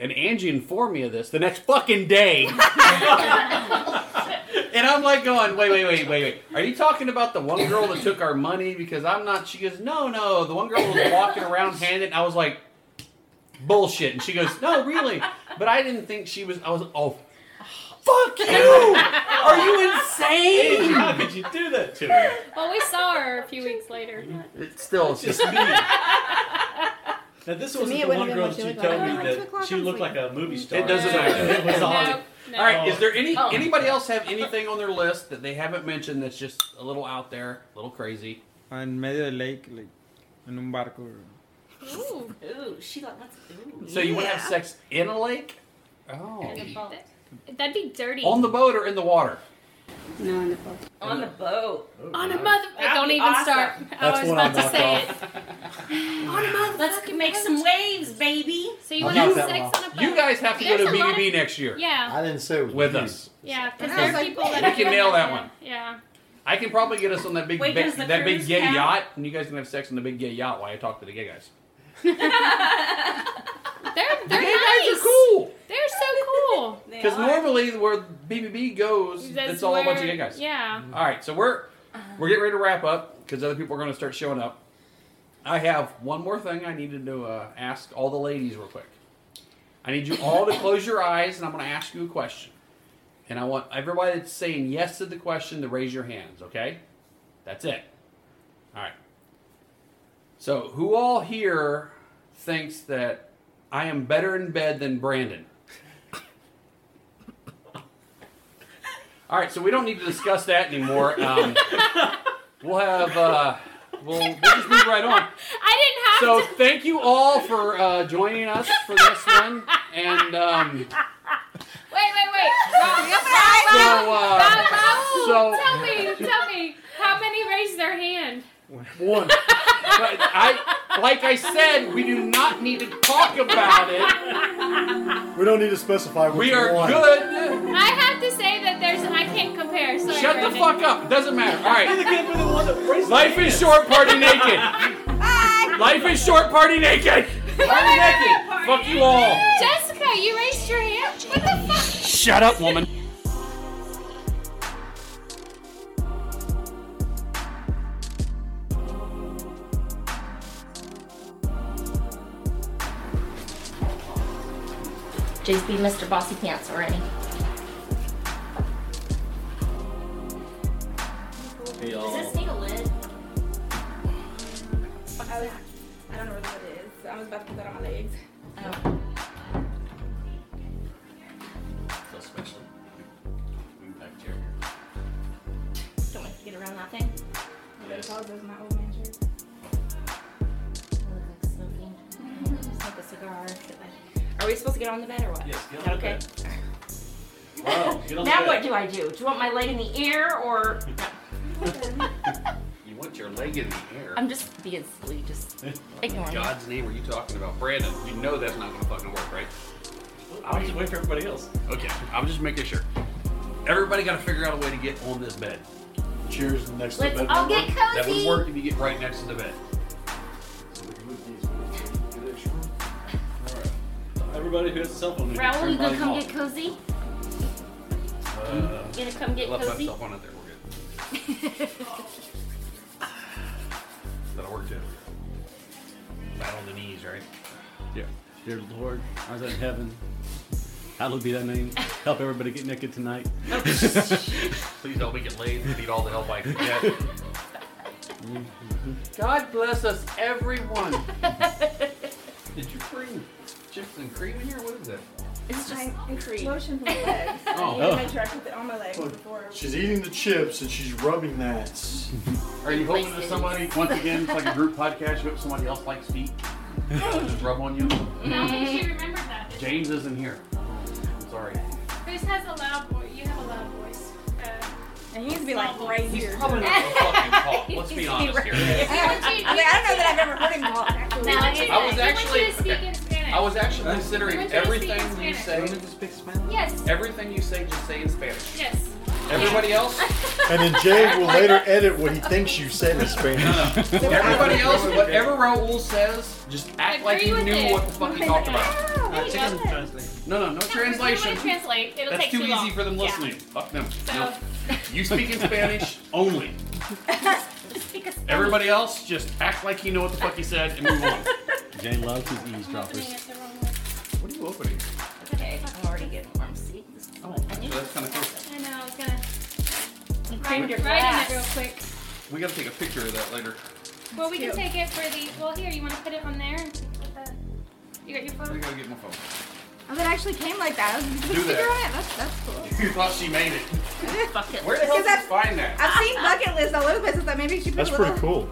And Angie informed me of this the next fucking day. And I'm like going, wait, wait, wait, wait, wait. Are you talking about the one girl that took our money? Because I'm not. She goes, no, no. The one girl was walking around handed. And I was like, bullshit. And she goes, no, really. But I didn't think she was. I was, oh, fuck you. Are you
Angie,
insane?
how could you do that to me?
Well, we saw her a few weeks later.
It's still it's
Just
just.
me. Now this
To
wasn't
me,
the
it would've
one
been
girl
what
that
she
you
looked like.
told me
I'm like, two
that
o'clock,
she
I'm
looked like a movie star.
doesn't
No,
matter.
It was
uh, no,
all.
no.
All right. Is there any anybody else have anything on their list that they haven't mentioned that's just a little out there, a little crazy?
Ah, En medio del lake, like, en un barco.
Ooh.
Ooh, she like wants. Ooh.
So you want to have
Yeah.
sex in a lake? Oh.
In the boat.
That'd be dirty.
On the boat or in the water?
No, in the boat.
On the boat.
On a mother.
That'd
don't
be
even
awesome.
start.
That's
I was
one I
about to
knocked
say
off.
it. On a mother.
Let's make some waves, baby.
So you
I'll
want to have
knock that
sex
one off.
on a boat?
You guys have to go to
There's a lot
BBB next year.
Yeah.
I didn't say it was
With
me.
us.
Yeah,
And
because
I
there
was
are
like,
people that
We can nail that one.
Yeah.
I can probably get us on that big
Wait,
ba-
does the
that big
cruise
gay
count?
yacht, and you guys can have sex on the big gay yacht while I talk to the gay guys.
They're they're
the gay
nice.
guys are cool
They're so cool.
They
because
are.
normally where BBB goes, it's all a bunch of
where-
gay guys.
Yeah.
Mm-hmm. All right, so we're we're getting ready to wrap up because other people are going to start showing up. I have one more thing I needed to uh, ask all the ladies real quick. I need you all to close your eyes, and I'm going to ask you a question. And I want everybody that's saying yes to the question to raise your hands. Okay, that's it. All right. So, who all here thinks that I am better in bed than Brandon? All right, so we don't need to discuss that anymore. Um, we'll have uh, we'll, we'll just move right on.
I didn't
So
have
thank you all for uh, joining us for this one, and
to.
um,
Wait, wait, wait. Rob, Rob,
so
Rob,
uh,
Raoul,
so-
tell me, tell me, how many raised their hand?
One.
but I like I said, we do not need to talk about it.
We don't need to specify which
We are
one.
good.
I have to say that there's. I can't compare. Sorry,
Shut the
Brandon.
fuck up. It doesn't matter. All
The
right.
kid with the one that raised
Life is short. Party naked. Life is short. Party naked. Party naked. Fuck you all.
Jessica, you raised your hand. What the fuck?
Shut up, woman.
Just be Mr. Bossy Pants already.
Hey, y'all.
Does this need a lid?
I, was, I don't know what that is. I was about to put that on my legs.
Oh,
So special. We packed here.
Don't want to get around that thing.
They called those my old man shirts.
I look like smoking. Smoke a cigar.
Are we supposed to get on the bed or what?
Yes, get on the
okay.
bed. Wow. Get on the
Now
bed.
what do I do? Do you want my leg in the air or? No.
You want your leg in the air?
I'm just being silly. Just ignore me.
God's name are you talking about? Brandon, you know that's not gonna fucking work, right?
I'll just wait for everybody else.
Okay, I'm just making sure. Everybody got to figure out a way to get on this bed.
Cheers next to the
Let's
bed.
all
number.
get
That would
cozy.
work if you get right next to the bed.
So we can move these ones. Get extra.
Everybody who has a cell phone, needs to
Raul,
turn
you gonna
mine
come
off.
get cozy?
Uh,
You gonna come
I
get
left
cozy?
myself on it there. We're good. That'll work too. Right on the knees, right?
Dear, dear Lord, ours in heaven, hallowed be thy name. Help everybody get naked tonight.
Please help me get laid and need all the help I can get. God bless us, everyone. Did you bring chips and cream in here? What is that?
It's just
I- it's
cream.
lotion for my legs. I need
Oh.
to make sure I put it on my legs before.
She's eating the chips and she's rubbing that.
Are you hoping that somebody, once again, it's like a group podcast, you hope somebody else likes feet? They'll just rub on you?
I don't think she remembered that. did she?
James isn't here. I'm sorry.
Chris has a loud voice. You have a loud voice. Uh,
And he needs to be like right here.
Probably not gonna fucking talk. Let's be honest here.
I don't know that I've ever heard him talk.
we
I
want you to- we
was
want you
actually-
to speak
okay.
in Spanish.
I was actually
We
considering
want you to speak in
everything you
Spanish.
say.
Yes.
Everything you say, just say in Spanish.
Yes.
Everybody else,
And then Jay will later edit what he thinks you said in Spanish.
everybody else, whatever Raul says, just act like
Agree
you
with
knew
it.
what the fuck he talked about.
Ah, chicken translate.
No, no, no
No, if you wanna
translation.
Translate. It'll
That's
take
too
long.
easy for them
Yeah.
listening. Fuck them. No.
So,
You speak in Spanish only. Everybody else, just act like you know what the fuck he said and move on.
Jay loves his
I'm opening it
eavesdroppers.
the wrong way.
What are you opening?
Okay, I'm already getting warm. See?
Oh, that's kind of cool.
I know. I was gonna
You cleaned your
write, write in it real
glass.
quick.
We gotta take a picture of that later.
Well, we can
cute.
take it for the. Well, here. You want to put it on there? and put that- You got your
I
phone?
gotta get my phone.
Oh, that actually came like that. I was put
Do
a sticker
that.
on it. That's that's cool.
You thought she made it.
Fuck it.
Where the hell
Because
did you find that?
I've seen bucket lists all over the place. I thought maybe she put
That's
a little.
pretty cool.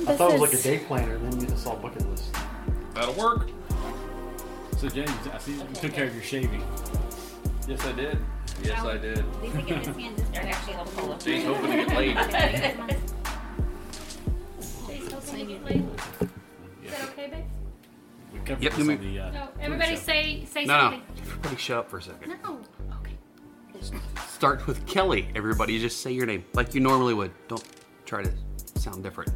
I
This
thought it was like a
is-
day planner, and then you just saw bucket list.
That'll work.
So James, I see you took care of your shaving.
Yes, I did. Yes, I did.
Dice que recién
They're actually helpful. Look.
Jay's hoping to get laid.
Please, hopefully you get laid. Is that okay, babe?
We covered
Yep,
this
let
on
me-
the. Uh,
No. Everybody
show.
say say
No, no.
something.
Everybody shut up for a second.
No. Okay.
Start with Kelly. Everybody just say your name like you normally would. Don't try to sound different.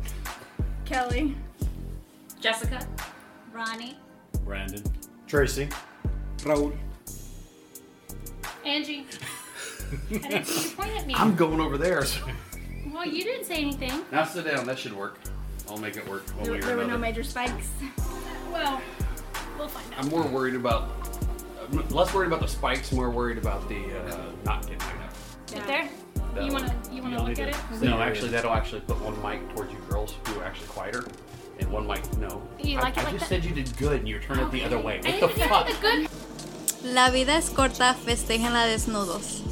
Kelly.
Jessica.
Ronnie.
Brandon.
Tracy.
Raúl.
Angie. I didn't see you point at me.
I'm going over there.
Well, you didn't say anything.
Now sit down. That should work. I'll make it work. One
There,
way
there
or
were no
another.
major spikes.
Well, we'll find out.
I'm more worried about. I'm less worried about the spikes. More worried about the uh, not getting it up.
Right there.
That
You
one.
wanna you wanna
Y'all
look
need
at it?
to-
No, actually, that'll actually put one mic towards you girls who are actually quieter, and one mic no.
You
I,
like it
I
like
just
that?
said you did good, and you're turning it the other way.
I
What the
didn't- you
fuck?
did a good
La vida es corta, festejenla desnudos.